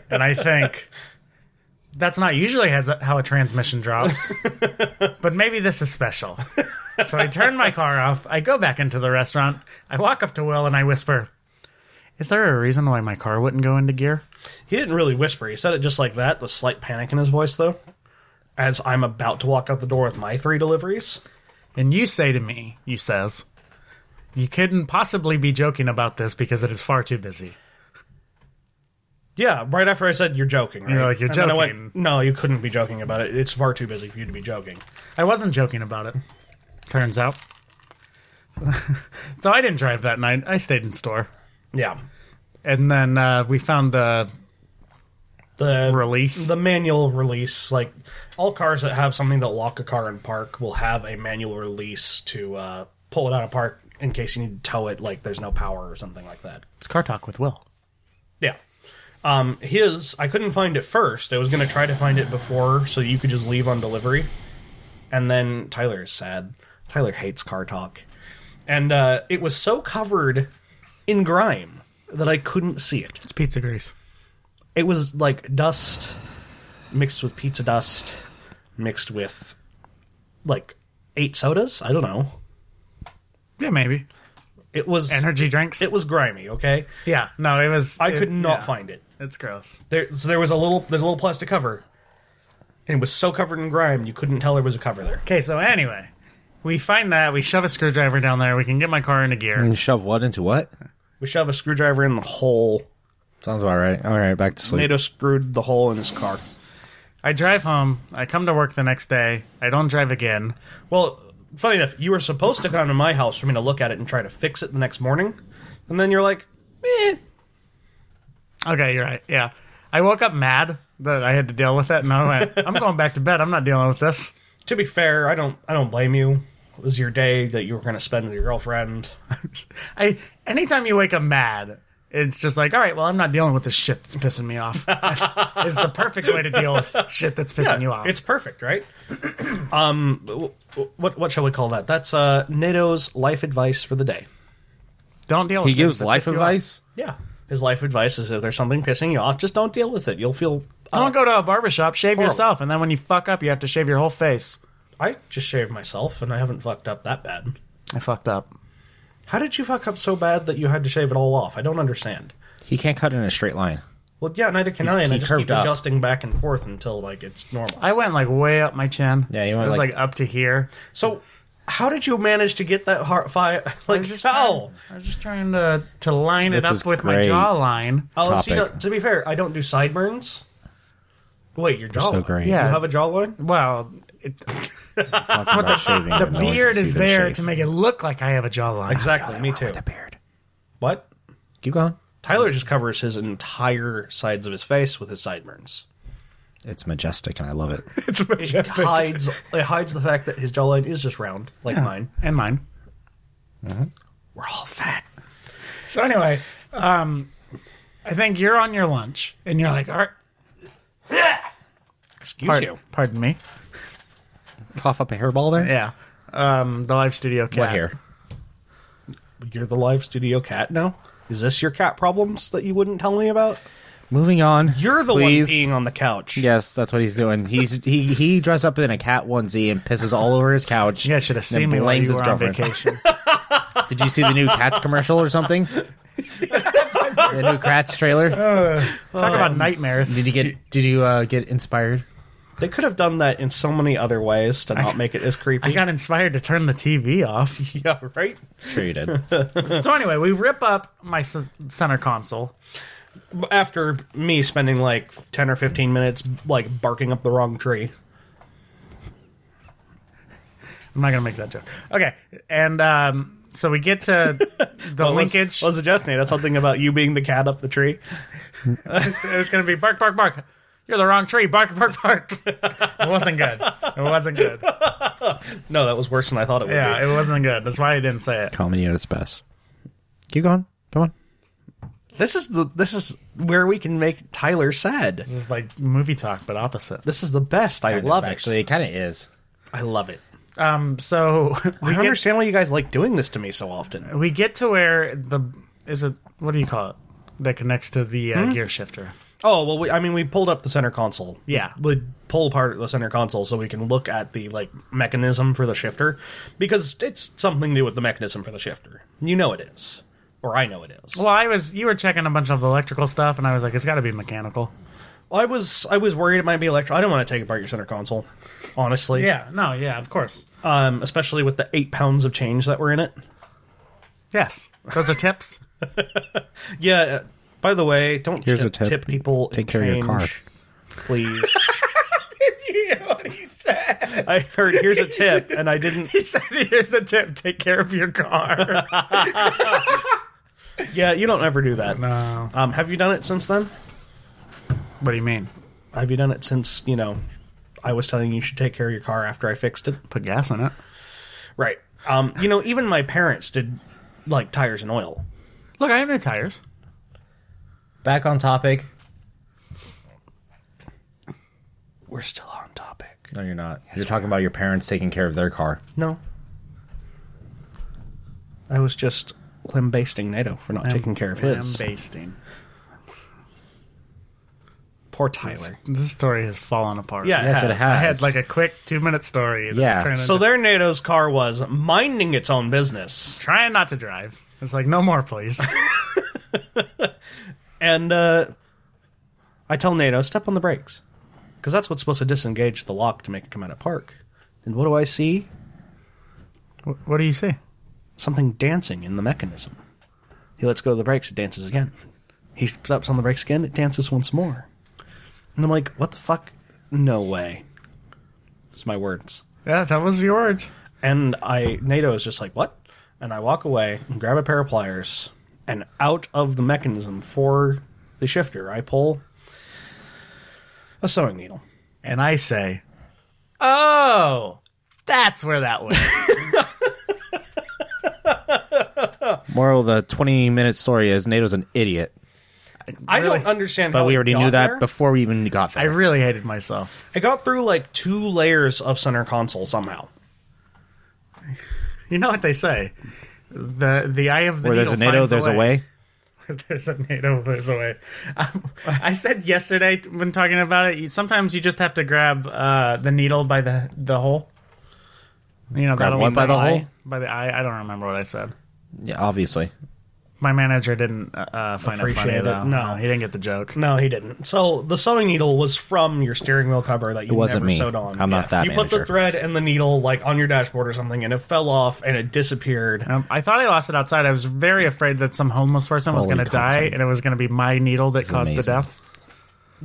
S2: and I think that's not usually has how a transmission drops, but maybe this is special. So I turn my car off. I go back into the restaurant. I walk up to Will and I whisper, "Is there a reason why my car wouldn't go into gear?"
S1: He didn't really whisper. He said it just like that, with slight panic in his voice, though. As I'm about to walk out the door with my three deliveries,
S2: And you say to me, you says, "You couldn't possibly be joking about this because it is far too busy."
S1: yeah, right after I said you're joking, right?
S2: You're like, "You're
S1: And then I
S2: joking."
S1: went, no, you couldn't be joking about it. It's far too busy for you to be joking.
S2: I wasn't joking about it. Turns out. so I didn't drive that night. I stayed in store.
S1: Yeah,
S2: And then uh, we found the
S1: the
S2: release.
S1: the manual release like all cars that have something that lock a car in park will have a manual release to uh, pull it out of park in case you need to tow it like there's no power or something like that
S2: it's Car Talk with Will.
S1: yeah um, his i couldn't find it first i was going to try to find it before so you could just leave on delivery and then tyler is sad tyler hates car talk and uh, it was so covered in grime that i couldn't see it
S2: It's pizza grease.
S1: it was like dust mixed with pizza dust mixed with like eight sodas i don't know
S2: Yeah, maybe.
S1: it was
S2: Energy drinks.
S1: it was grimy okay
S2: yeah, no, it was.
S1: i
S2: it-
S1: could not
S2: yeah.
S1: find it
S2: It's gross.
S1: there so there was a little there's a little plastic cover and it was so covered in grime you couldn't tell there was a cover there
S2: Okay, so anyway, we find that we shove a screwdriver down there. We can get my car into
S1: Mm.
S2: gear.
S3: And shove what into what?
S1: we shove a screwdriver in the hole
S3: Sounds about right. All right, back to sleep.
S1: nato screwed the hole in his car
S2: I drive home. I come to work the next day. I don't drive again.
S1: well funny enough you were supposed to come to my house for me to look at it and try to fix it the next morning and then you're like eh.
S2: Okay, you're right. Yeah. I woke up mad that I had to deal with it, and I went, I'm going back to bed. I'm not dealing with this.
S1: to be fair, I don't I don't blame you. It was your day that you were going to spend with your girlfriend.
S2: I anytime you wake up mad, it's just like, all right, well, I'm not dealing with this shit that's pissing me off. It's the perfect way to deal with shit that's pissing you off.
S1: It's perfect, right? um, w- w- what what shall we call that? That's uh, NATO's life advice for the day.
S2: don't deal.
S3: He
S2: with things
S3: gives
S2: that piss
S3: life
S2: you off.
S3: advice.
S1: Yeah, his life advice is if there's something pissing you off, just don't deal with it. You'll feel. uh,
S2: Don't go to a barbershop. Shave
S1: Horrible.
S2: yourself, and then when you fuck up, you have to shave your whole face.
S1: I just shaved myself, and I haven't fucked up that bad.
S2: I fucked up.
S1: How did you fuck up so bad that you had to shave it all off? I don't understand.
S3: He can't cut in a straight line.
S1: Well, yeah, neither can I, and I
S3: he
S1: just keep
S3: curved up.
S1: adjusting back and forth until like it's normal.
S2: I went like way up my chin.
S3: Yeah, you went,
S2: it was
S3: like-
S2: like, up to here.
S1: So, how did you manage to get that heart fire?
S2: I
S1: Like
S2: was just
S1: how?
S2: trying, I was just trying to to line it
S3: This
S2: up
S3: is
S2: with
S3: great.
S2: my jawline.
S1: Oh, see,
S3: Topic.
S1: no, to be fair, I don't do sideburns. Wait, your jawline.
S3: so great.
S2: Oh, Yeah.
S1: You have a jawline?
S2: Well, it,
S3: Talks about
S2: the
S3: shaving, but no one can
S2: beard
S3: see
S2: is
S3: them
S2: there
S3: shave.
S2: to make it look like I have a jawline.
S1: Exactly, me too.
S3: the beard.
S1: What?
S3: Keep going.
S1: Tyler just covers his entire sides of his face with his sideburns.
S3: It's majestic, and I love it.
S2: It's
S1: It hides it hides the fact that his jawline is just round, like mine.
S2: and mine.
S1: We're all fat.
S2: So anyway, um, I think you're on your lunch, and you're like, all right,
S1: Excuse
S2: pardon,
S1: you.
S2: pardon me.
S3: Cough up a hairball there.
S2: Yeah, um, the live studio cat.
S3: What hair?
S1: You're the live studio cat now? Is this your cat problems that you wouldn't tell me about?
S3: Moving on.
S1: You're the
S3: please.
S1: one peeing on the couch.
S3: Yes, that's what he's doing. He's he he dressed up in a cat onesie and pisses all over his couch.
S2: You guys should have
S3: and
S2: seen me while
S3: blames
S2: you
S3: his
S2: were on
S3: girlfriend.
S2: vacation.
S3: Did you see the new Cats commercial or something? the new Cats trailer.
S2: Oh. Talk about nightmares.
S3: Did you get Did you uh, get inspired?
S1: They could have done that in so many other ways to not make it as creepy.
S2: I got inspired to turn the TV off.
S1: yeah, right?
S3: Sure, you did.
S2: so anyway, we rip up my s- center console.
S1: After me spending like 10 or 15 minutes like barking up the wrong tree.
S2: I'm not gonna make that joke. Okay, and um, so we get to the
S1: was-
S2: linkage.
S1: was, it Jeff Nate? That's something about you being the cat up the tree.
S2: it was gonna be bark, bark, bark. You're the wrong tree. Bark, bark, bark. it wasn't good. It wasn't good.
S1: No, that was worse than I thought it would
S2: Yeah,
S1: be.
S2: it wasn't good. That's why I didn't say it.
S3: Comedy at its best. Keep going. Come on.
S1: This is the this is where we can make Tyler sad.
S2: It's like movie talk, but opposite.
S1: This is the best. I love it.
S3: Actually, it kind of is.
S1: I love it.
S2: Um, so
S1: I
S2: we
S1: don't
S2: get,
S1: understand why you guys like doing this to me so often.
S2: we get to where the is it? What do you call it? That connects to the uh, gear shifter.
S1: Oh well, we, I mean, we pulled up the center console.
S2: Yeah.
S1: we pull apart the center console so we can look at the like mechanism for the shifter because it's something new with the mechanism for the shifter. You know it is, or I know it is.
S2: Well, I was you were checking a bunch of electrical stuff, and I was like, it's got to be mechanical.
S1: I was I was worried it might be electric. I don't want to take apart your center console, honestly.
S2: Yeah. No. Yeah. Of course.
S1: Um, especially with the eight pounds of change that were in it.
S2: Yes. Those are tips.
S1: Yeah. uh, By the way, don't
S3: Here's
S1: tip,
S3: a tip.
S1: tip people.
S3: Take
S1: in
S3: care of your car.
S1: change, please.
S2: you know what he said?
S1: I heard here's a tip, and I didn't.
S2: He said, "Here's a tip: take care of your car."
S1: Yeah, you don't ever do that.
S2: no.
S1: Um, have you done it since then?
S2: What do you mean?
S1: Have you done it since you know? I was telling you you should take care of your car after I fixed it.
S2: Put gas in it.
S1: Right. Um, you know, even my parents did like tires and oil.
S2: Look, I have new tires.
S3: Back on topic.
S1: We're still on topic.
S3: No, you're not. You're talking about your parents taking care of their car.
S1: No. I was just lambasting NATO for not taking care of his.
S2: Lambasting.
S1: Poor Tyler.
S2: This story has fallen apart.
S1: Yeah,
S3: Yes, it
S1: has.
S2: I
S3: has.
S2: had like a quick two minute story. that
S3: Yeah.
S2: was trying to-
S1: So there, NATO's car was minding its own business,
S2: trying not to drive. It's like no more, please.
S1: and uh, I tell NATO, "Step on the brakes," because that's what's supposed to disengage the lock to make it come out of park. And what do I see?
S2: Wh- what do you see?
S1: Something dancing in the mechanism. He lets go of the brakes, it dances again. He steps on the brakes again, it dances once more. And I'm like, "What the fuck? No way!" It's my words.
S2: Yeah, that was your words.
S1: And I NATO is just like, what? And I walk away and grab a pair of pliers and out of the mechanism for the shifter, I pull a sewing needle.
S2: And I say, "Oh, that's where that went."
S3: Moral of the 20 minute story is NATO's an idiot.
S1: I
S2: Really?
S1: don't understand.
S3: But
S1: how
S3: we
S1: it
S3: already
S1: got
S3: knew that
S1: there.
S3: before we even got
S2: I
S3: there.
S2: really hated myself.
S1: It got through like two layers of center console somehow.
S2: You know what they say? The the eye of the
S3: Where there's
S2: needle
S3: a NATO,
S2: finds
S3: there's a way.
S2: there's a NATO, there's a way. Um, I said yesterday t- when talking about it, you, sometimes you just have to grab uh, the needle by the the hole. You know, that'll
S3: what
S2: mean
S3: by the
S2: eye-
S3: hole?
S2: By the eye. I don't remember what I said.
S3: Yeah, obviously.
S2: My manager didn't uh, uh, find it
S1: Appreciate
S2: funny
S1: it.
S2: though.
S1: No.
S2: he didn't get the joke.
S1: No, he didn't. So the sewing needle was from your steering wheel cover that you
S3: wasn't
S1: never
S3: me.
S1: sewed on.
S3: I'm not that
S1: You put the
S3: manager.
S1: thread and the needle like on your dashboard or something, and it fell off and it disappeared.
S2: Um, I thought I lost it outside. I was very afraid that some homeless person was
S3: Holy
S2: going to die,
S3: content.
S2: and it was going to be my needle that caused the
S3: amazing.
S2: death.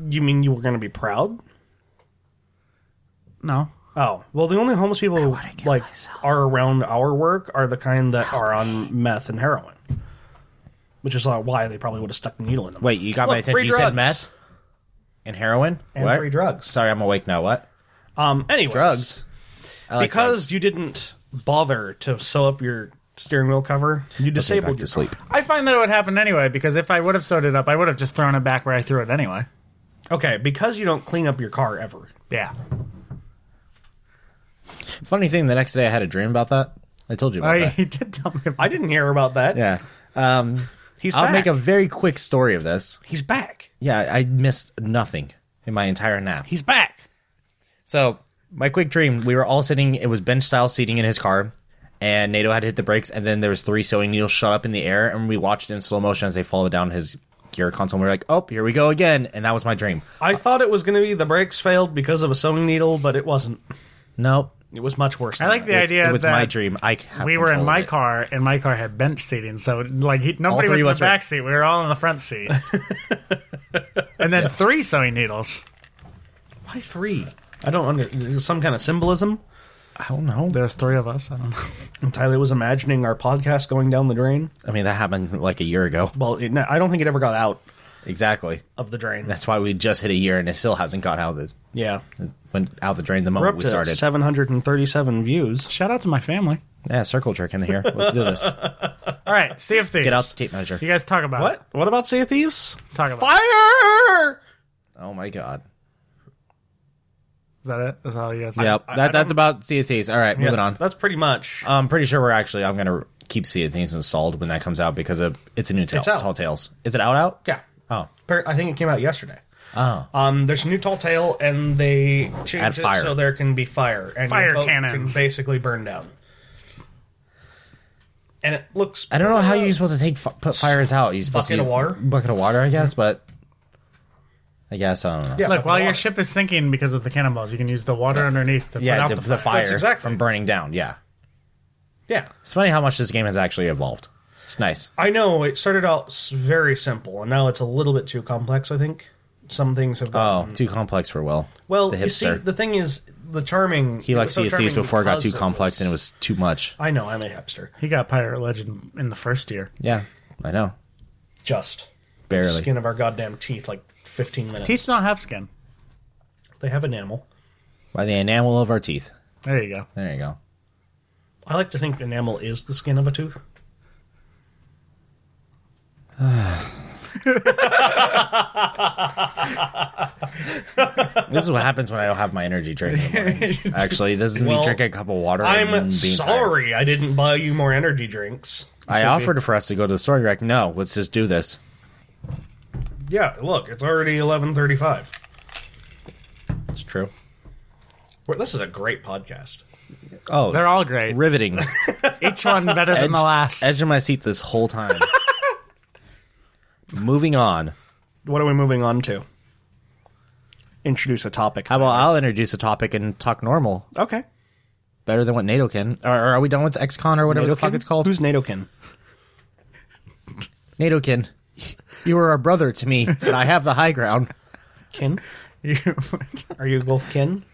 S1: You mean you were going to be proud?
S2: No,
S1: Oh well, the only homeless people like are around our work are the kind that are on meth and heroin, which is uh, why they probably would have stuck the needle in them.
S3: Wait, you got my
S1: Look, free
S3: attention. You said
S1: drugs.
S3: meth and heroin?
S1: and
S3: what?
S1: free drugs.
S3: Sorry, I'm awake now. What?
S1: Um, anyways,
S3: Drugs. I like drugs.
S1: because you didn't bother to sew up your steering wheel cover, you
S3: Okay,
S1: disabled
S3: back to
S1: your
S3: sleep.
S2: I find that it would happen anyway because if I would have sewed it up, I would have just thrown it back where I threw it anyway.
S1: Okay, because you don't clean up your car ever.
S2: Yeah.
S3: Funny thing, the next day I had a dream about that. I told you about
S2: I,
S3: that.
S2: Oh, he did tell me. About
S1: I didn't hear about that.
S3: Yeah. Um,
S1: He's
S3: I'll
S1: back.
S3: make a very quick story of this.
S1: He's back.
S3: Yeah, I missed nothing in my entire nap.
S1: He's back.
S3: So, my quick dream, we were all sitting, it was bench style seating in his car, and NATO had to hit the brakes, and then there was three sewing needles shot up in the air, and we watched in slow motion as they followed down his gear console, and we were like, oh, here we go again, and that was my dream.
S1: I thought it was going to be the brakes failed because of a sewing needle, but it wasn't.
S3: Nope.
S1: It was much worse.
S2: I
S1: Than
S2: like
S1: that.
S2: the
S3: It's-
S2: idea
S3: it was
S2: that
S3: my dream. I have
S2: we were
S3: control
S2: in
S3: of
S2: my
S3: it.
S2: car and my car had bench seating, so like he, nobody was
S3: three
S2: in
S3: of
S2: the
S3: us were-
S2: back seat. We were all in the front seat. and then three sewing needles.
S1: Why three? I don't under there's some kind of symbolism.
S3: I don't know.
S2: There's three of us. I don't know.
S1: Tyler was imagining our podcast going down the drain.
S3: I mean, that happened like a year ago.
S1: Well, it, no, I don't think it ever got out
S3: Exactly.
S1: of the drain.
S3: That's why we just hit a year, and it still hasn't gone out the
S1: yeah,
S3: went out the drain the
S1: we're
S3: moment
S1: up
S3: we
S1: to
S3: started.
S1: seven hundred and thirty-seven views.
S2: Shout out to my family.
S3: Yeah, circle jerk in here. Let's do this.
S2: All right, Sea of Thieves.
S3: Get out the tape measure.
S2: You guys talk about it.
S1: What? What about Sea of Thieves?
S2: Talk about it.
S1: Fire!
S3: Oh my god.
S2: Is that it? That's all you guys.
S3: Yep.
S1: I- I
S3: that, that's
S1: don't-
S3: about Sea of Thieves. All right, moving on.
S1: That's pretty much. uh,
S3: I'm pretty sure we're actually I'm gonna keep Sea of Thieves installed when that comes out because of, it's a new tale.
S1: It's out.
S3: Tall Tales. Is it out? Out?
S1: yeah.
S3: Oh.
S1: Per- I think it came out yesterday.
S3: Oh.
S1: Um, there's a new tall tale, and they
S3: Add
S1: changed it
S3: fire.
S1: so there can be fire, and
S2: Fire
S1: your boat
S2: cannons.
S1: can basically burn down. And it looks.
S3: I don't know how you're supposed to take fi- put fires out. You're supposed
S1: Bucket
S3: to
S1: of
S3: use
S1: water?
S3: Bucket of water, I guess, but I guess I don't know.
S1: Yeah,
S2: Look,
S1: but
S2: while
S1: the
S2: your
S1: water-
S2: ship is sinking because of the cannonballs, you can use the water underneath to put
S3: Yeah,
S2: out
S3: the,
S2: the,
S3: the,
S2: fire.
S3: fire
S1: That's exactly-
S3: from burning down. Yeah.
S1: Yeah,
S3: It's funny how much this game has actually evolved. It's nice.
S1: I know. It started out s- very simple, and now it's a little bit too complex. I think some things have
S3: Oh,
S1: gotten.
S3: too complex for Will.
S1: well,
S3: the
S1: you see,
S3: hipster.
S1: the thing is, the charming.
S3: he liked Sea of Thieves before it got too complex and it was too much.
S1: I know. I'm a hipster.
S2: He got Pirate Legend in the first year.
S3: Yeah, I know.
S1: Just
S3: Barely.
S1: skin of our goddamn teeth, like 15 minutes.
S2: Teeth don't have skin.
S1: They have enamel.
S3: By the enamel of our teeth.
S2: There you go.
S3: There you go.
S1: I like to think enamel is the skin of a tooth.
S3: This is what happens when I don't have my energy drink in the morning. Actually, this is
S1: Well,
S3: me drinking a cup of water. and
S1: I'm
S3: being
S1: sorry I didn't buy you more energy drinks.
S3: tired. I offered for us to go to the store. You're like, no, let's just do this.
S1: Yeah, look, it's already 11:35.
S3: It's true.
S1: Well, This is a great podcast.
S3: Oh,
S2: They're all great.
S3: riveting.
S2: Each one better than the last.
S3: Edge of my seat this whole time. Moving on.
S1: What are we moving on to? Introduce a topic.
S3: How about I'll introduce a topic and talk normal
S1: Okay.
S3: better than what NATO can? Or, or are we done with XCon or whatever the fuck it's called?
S1: Who's NATOkin?
S3: NATOkin, you were a brother to me, and I have the high ground.
S1: Kin?
S2: You,
S1: Are you both kin?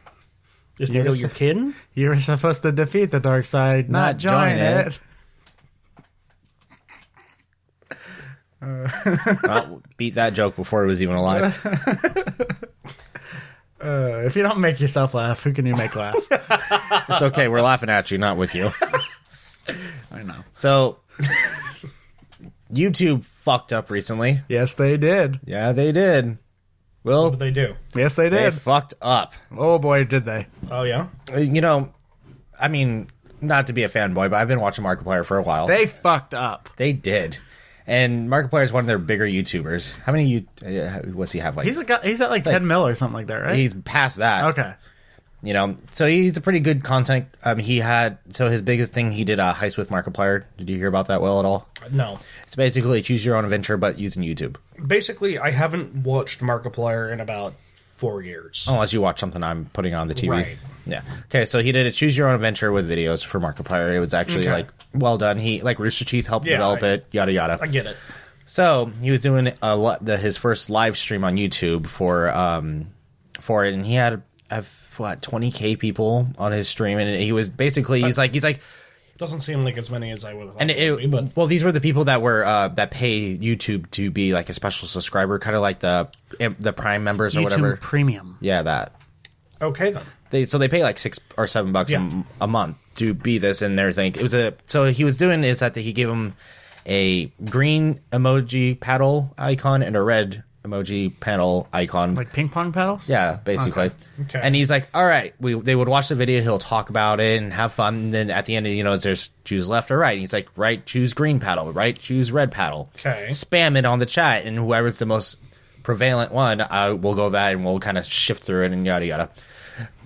S1: Is NATO
S2: Yes.
S1: your kin?
S2: you were supposed to defeat the dark side, not,
S3: Not
S2: join
S3: join
S2: it.
S3: it. Well, beat that joke before it was even alive.
S2: Uh, if you don't make yourself laugh, who can you make laugh?
S3: It's okay. We're laughing at you, not with you.
S2: I know.
S3: So, YouTube fucked up recently.
S2: Yes, they did.
S3: Yeah, they did. Well,
S1: What did they do?
S2: Yes, they
S3: they
S2: did.
S3: fucked up.
S2: oh boy, did they!
S1: Oh yeah.
S3: You know, I mean, not to be a fanboy, but I've been watching Markiplier for a while.
S2: They fucked up.
S3: They did. And Markiplier is one of their bigger YouTubers. How many you? Uh, what's he have like?
S2: He's a guy, he's at like ten mil or something like that, right?
S3: he's past that.
S2: okay.
S3: You know, so he's a pretty good content. Um, he had so his biggest thing he did a heist with Markiplier. Did you hear about that? Will at all?
S1: No.
S3: It's basically choose your own adventure, but using YouTube.
S1: Basically, I haven't watched Markiplier in about four years.
S2: Oh.
S3: Unless you watch something I'm putting on the TV.
S1: Right.
S3: Yeah. Okay, so he did a choose your own adventure with videos for Markiplier. It was actually
S1: Okay.
S3: like well done. He like Rooster Teeth helped
S1: Yeah,
S3: develop
S1: I-
S3: it. Yada yada.
S1: I get it.
S3: So he was doing a lot, the, his first live stream on YouTube for um for it, and he had uh, what twenty k people on his stream, and he was basically he's like he's like
S1: Doesn't seem like as many as I would have.
S3: and it,
S1: but
S3: well these were the people that were uh, that pay YouTube to be like a special subscriber, kind of like the eh, the Prime members or
S2: YouTube
S3: whatever.
S2: Premium.
S3: Yeah, that
S1: okay then.
S3: they so they pay like six or seven bucks a
S1: Yeah.
S3: m a a, month to be this and everything. It was a so he was doing is that he gave him a green emoji paddle icon and a red emoji panel icon.
S2: Like ping pong paddles.
S3: yeah, basically.
S1: Okay.
S3: And he's like, "All right, we they would watch the video. He'll talk about it and have fun. And then at the end, you know, there's choose left or right. And he's like, right, choose green paddle. Right, choose red paddle.
S1: Okay.
S3: Spam it on the chat, and whoever's the most prevalent one, uh, we'll go that, and we'll kind of shift through it and yada yada.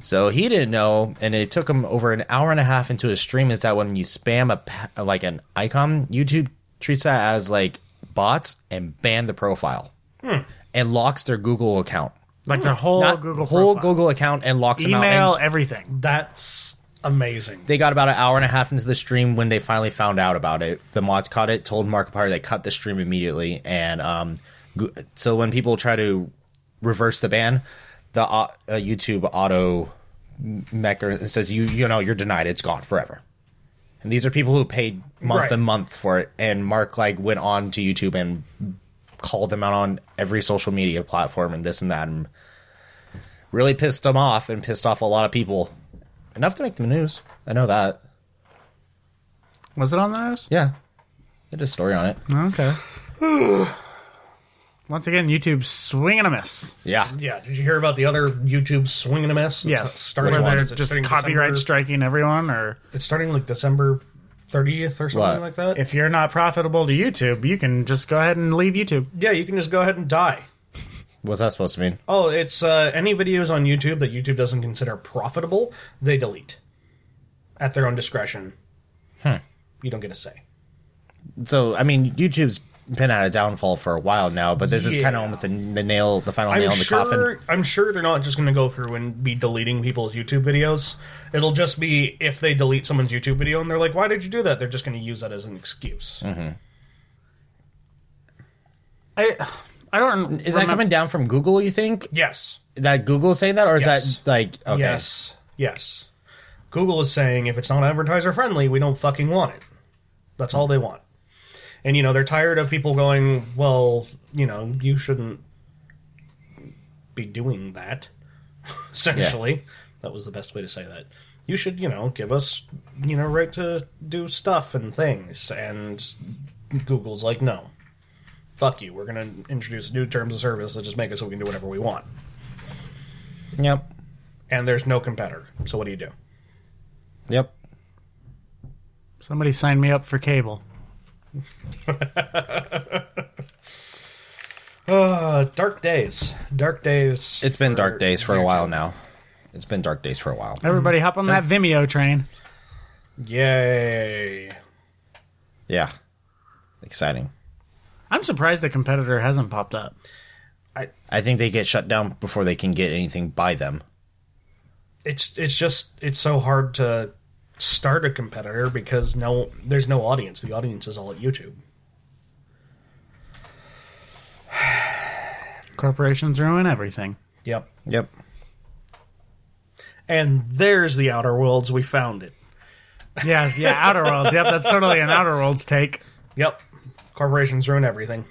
S3: So he didn't know, and it took him over an hour and a half into his stream. Is that when you spam a pa- like an icon, YouTube treats that as like bots and ban the profile
S1: Hmm.
S3: and locks their Google account,
S2: Like their whole
S3: Not-
S2: Google
S3: whole
S2: profile.
S3: Google account, and locks them out.
S2: email,
S3: And
S2: everything.
S1: That's amazing.
S3: they got about an hour and a half into the stream when they finally found out about it. The mods caught it, told Markiplier they cut the stream immediately, and um, Goo- so when people try to reverse the ban, the au- uh, YouTube auto mecha says you you know you're denied, it's gone forever. And these are people who paid month
S1: Right.
S3: and month for it, and Mark like went on to YouTube and called them out on every social media platform and this and that, and really pissed them off and pissed off a lot of people enough to make the news. I know that.
S2: Was it on those?
S3: Yeah. They did a story on it.
S2: Okay. Once again, YouTube swing and a miss.
S3: Yeah.
S1: Yeah. Did you hear about the other YouTube swinging a mess? that's
S2: Yes,
S1: Starting
S2: where
S1: one?
S2: they're
S1: Is it
S2: just
S1: starting
S2: copyright
S1: December-
S2: striking everyone, or
S1: It's starting like December thirtieth or something
S3: What?
S1: like that.
S2: if you're not profitable to YouTube, you can just go ahead and leave YouTube.
S1: yeah, you can just go ahead and die.
S3: What's that supposed to mean?
S1: Oh, it's uh, any videos on YouTube that YouTube doesn't consider profitable, they delete at their own discretion.
S3: Hmm.
S1: You don't get a say.
S3: So, I mean, YouTube's been at a downfall for a while now, but this is kind
S1: Yeah.
S3: of almost the, the nail, the final
S1: I'm
S3: nail in the coffin.
S1: sure, I'm sure they're not just going to go through and be deleting people's YouTube videos. It'll just be if they delete someone's YouTube video and they're like, why did you do that? They're just going to use that as an excuse.
S3: Mm-hmm.
S2: I, I don't.
S3: Is that coming down from Google, you think?
S1: Yes.
S3: That Google's saying that? Or is
S1: Yes.
S3: that like, okay.
S1: Yes. Yes. Google is saying if it's not advertiser friendly, we don't fucking want it. That's all they want. And you know, they're tired of people going, well, you know, you shouldn't be doing that. Essentially, that was the best way to say that. You should, you know, give us, you know, right to do stuff and things. And Google's like, no, fuck you. We're gonna introduce new terms of service that just make it so we can do whatever we want
S3: Yep.
S1: and there's no competitor. So what do you do?
S3: Yep.
S2: Somebody signed me up for cable.
S1: Uh, dark days. Dark days.
S3: It's been dark days for a while now. It's been dark days for a while.
S2: Everybody, hop on that Vimeo train.
S1: Yay.
S3: Yeah. Exciting.
S2: I'm surprised the competitor hasn't popped up.
S3: I think they get shut down before they can get anything by them.
S1: It's it's just it's so hard to start a competitor because no there's no audience. The audience is all at YouTube.
S2: Corporations ruin everything.
S1: Yep.
S3: Yep.
S1: And there's the Outer Worlds. We found it.
S2: Yeah, yeah. Outer Worlds. Yep, that's totally an Outer Worlds take.
S1: Yep. Corporations ruin everything.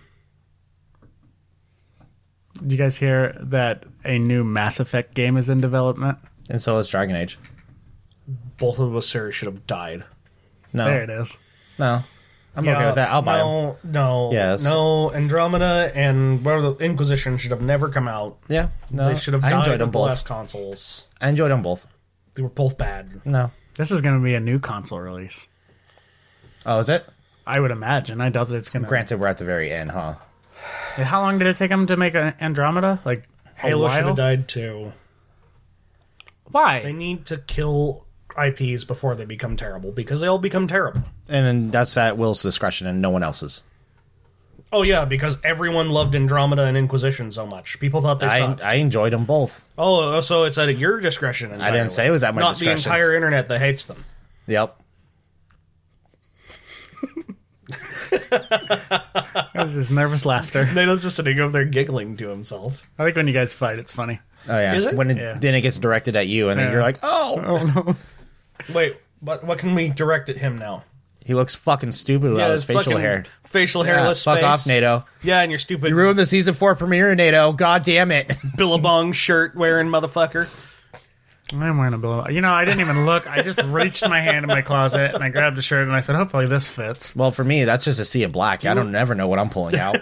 S2: Did you guys hear that a new Mass Effect game is in development?
S3: And so is Dragon Age.
S1: Both of those series should have died. Uh,
S3: No.
S2: There it is.
S3: No. I'm okay with that. I'll buy them.
S1: no, No,
S3: Yes.
S1: no. Andromeda and well, the Inquisition should have never come out.
S3: Yeah, no,
S1: They should have
S3: Uh, I
S1: died
S3: enjoyed
S1: at
S3: them
S1: the
S3: both.
S1: last consoles.
S3: I enjoyed them both.
S1: They were both bad.
S3: No,
S2: This is going to be a new console release.
S3: oh, is it?
S2: I would imagine. I doubt that it's going to.
S3: Granted, we're at the very end, huh?
S2: How long did it take them to make an Andromeda? Like a
S1: Halo should
S2: while?
S1: have died too. They
S2: Why?
S1: need to kill IPs before they become terrible because they'll become terrible.
S3: And then that's at Will's discretion and no one else's.
S1: Oh yeah, because everyone loved Andromeda and Inquisition so much. People thought they
S3: I
S1: sucked.
S3: I enjoyed them both.
S1: oh, so it's at your discretion.
S3: I didn't say it was at my
S1: not
S3: discretion.
S1: the entire internet that hates them.
S3: Yep.
S2: It was just nervous laughter.
S1: Nato's just sitting over there giggling to himself.
S2: I think when you guys fight, it's funny.
S3: Oh yeah.
S1: Is it?
S3: When it,
S2: Yeah.
S3: then it gets directed at you, and then
S2: Yeah.
S3: you're like, oh,
S2: Oh no!
S1: Wait, but what can we direct at him now?
S3: he looks fucking stupid without Uh, his
S1: his
S3: facial
S1: fucking
S3: hair.
S1: facial
S3: Yeah,
S1: hairless.
S3: fuck
S1: face.
S3: off, NATO.
S1: Yeah, and your stupid
S3: Ruin the season four premiere, NATO. God damn it.
S1: Billabong shirt wearing motherfucker.
S2: I'm wearing a blow. You know, I didn't even look. I just reached my hand in my closet and I grabbed a shirt and I said, "Hopefully this fits."
S3: Well, for me, that's just a sea of black. I don't never know what I'm pulling out.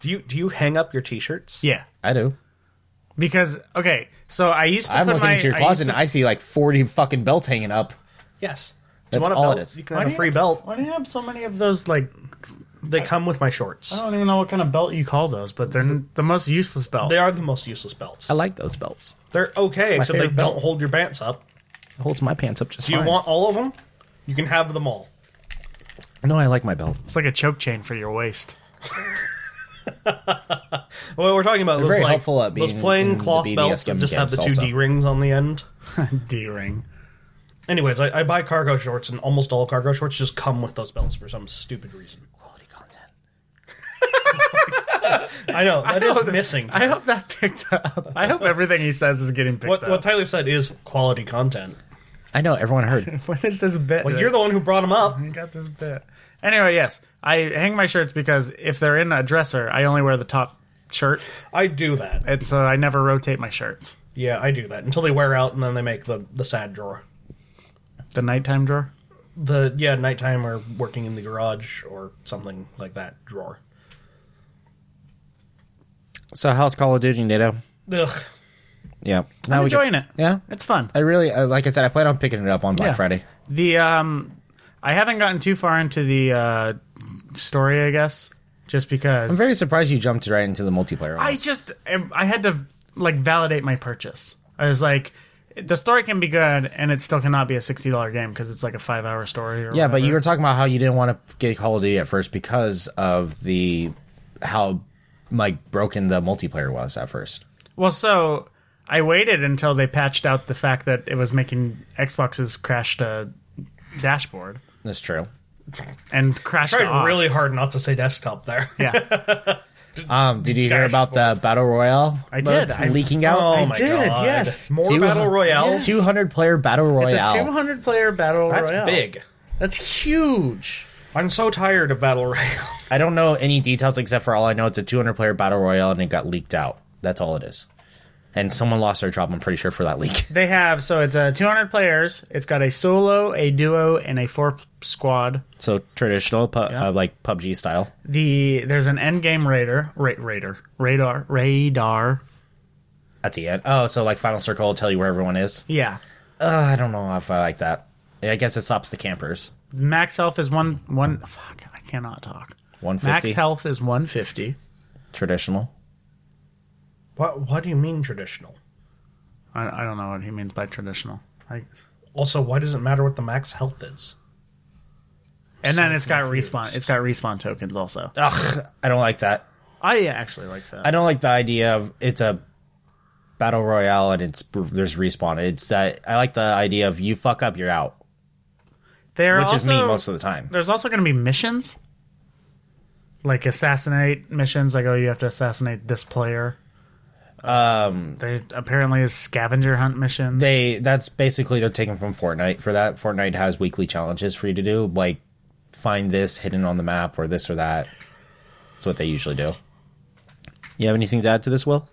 S1: Do you do you hang up your t-shirts?
S2: Yeah,
S3: I do.
S2: because okay, so I used to
S3: I'm
S2: put
S3: looking
S2: my
S3: into your
S2: I
S3: closet
S2: used to-
S3: and I see like 40 fucking belts hanging up.
S1: Yes. Do
S3: That's
S1: you want a
S3: all
S1: belt?
S3: it is.
S1: You can
S2: Why
S1: have
S2: do
S1: a
S2: you-
S1: free belt.
S2: Why do you have so many of those? Like
S1: They come with my shorts.
S2: I don't even know what kind of belt you call those, but they're n- the most useless belt.
S1: They are the most useless belts.
S3: I like those belts.
S1: They're okay, except they
S3: favorite belt.
S1: don't hold your pants up.
S3: It holds my pants up just
S1: Do you
S3: fine.
S1: want all of them? You can have them all.
S3: no, I like my belt.
S2: It's like a choke chain for your waist.
S1: Well, we're talking about those,
S3: very
S1: like,
S3: helpful at
S1: those
S3: being
S1: plain
S3: in the
S1: cloth belts that
S3: BDSM
S1: just have the two
S3: camps also.
S1: D rings on the end.
S2: D ring.
S1: Anyways, I, I buy cargo shorts, and almost all cargo shorts just come with those belts for some stupid reason.
S3: Quality content.
S1: I know that is
S2: hope-
S1: missing.
S2: I hope that picked up. I hope everything he says is getting picked
S1: what
S2: up.
S1: what Tyler said is quality content.
S3: I know, everyone heard.
S2: what is this bit?
S1: You're the one who brought them up.
S2: You got this bit. Anyway, yes, I hang my shirts because if they're in a dresser, I only wear the top shirt,
S1: I do that.
S2: and so I never rotate my shirts.
S1: Yeah, I do that until they wear out, and then they make the the sad drawer.
S2: The nighttime drawer.
S1: The yeah, nighttime or working in the garage or something like that drawer.
S3: So, how's Call of Duty, NATO?
S1: Ugh.
S3: Yeah. Now
S2: I'm
S3: we
S2: enjoying
S3: can-
S2: it.
S3: Yeah.
S2: It's fun.
S3: I really, uh, like I said, I plan on picking it up on Black
S2: Yeah.
S3: Friday.
S2: The um, I haven't gotten too far into the uh, story, I guess, just because
S3: I'm very surprised you jumped right into the multiplayer.
S2: I just I had to like validate my purchase. I was like, the story can be good, and it still cannot be a sixty dollar game because it's like a five hour story. Or
S3: yeah, but you
S2: whatever.
S3: were talking about how you didn't want to get Call of Duty at first because of the how like broken the multiplayer was at first.
S2: well, so I waited until they patched out the fact that it was making Xbox's crash to dashboard
S3: That's true.
S2: and crashed
S1: Tried
S2: off.
S1: really hard not to say desktop there.
S2: Yeah,
S3: Um, did you hear about the battle royale?
S2: I
S3: modes
S2: did. I-
S3: leaking out.
S1: Oh
S2: I
S1: my
S2: did,
S1: god!
S2: yes.
S1: more
S3: Two-
S1: battle royales.
S3: Two hundred player battle
S2: it's a two
S3: royale.
S2: hundred player battle
S1: That's
S2: royale.
S1: big.
S2: That's huge.
S1: I'm so tired of battle royale.
S3: I don't know any details except for all I know it's a two hundred player battle royale and it got leaked out. That's all it is. And someone lost their job. I'm pretty sure for that leak.
S2: They have so it's uh, two hundred players. It's got a solo, a duo, and a four squad.
S3: so traditional, pu- uh, like PUBG style.
S2: The there's an end game raider, ra- raider, radar, radar.
S3: At the end. Oh, so like final circle will tell you where everyone is.
S2: Yeah,
S3: Uh, I don't know if I like that. I guess it stops the campers.
S2: max health is one one. Fuck, I cannot talk.
S3: One
S2: Max
S3: fifty
S2: health is one fifty.
S3: traditional.
S1: What What do you mean traditional?
S2: I, I don't know what he means by traditional. I,
S1: Also, why does it matter what the max health is?
S2: and then it's got respawn. It's got respawn tokens also.
S3: Ugh, I don't like that.
S2: I actually like that.
S3: I don't like the idea of it's a battle royale and it's there's respawn. It's that I like the idea of you fuck up, you're out,
S2: There
S3: which
S2: also,
S3: is me most of the time.
S2: There's also going to be missions, like assassinate missions. Like oh, you have to assassinate this player. Um, there apparently is scavenger hunt missions.
S3: They that's basically they're taken from Fortnite for that. Fortnite has weekly challenges for you to do, like find this hidden on the map or this or that. That's what they usually do. You have anything to add to this, Will?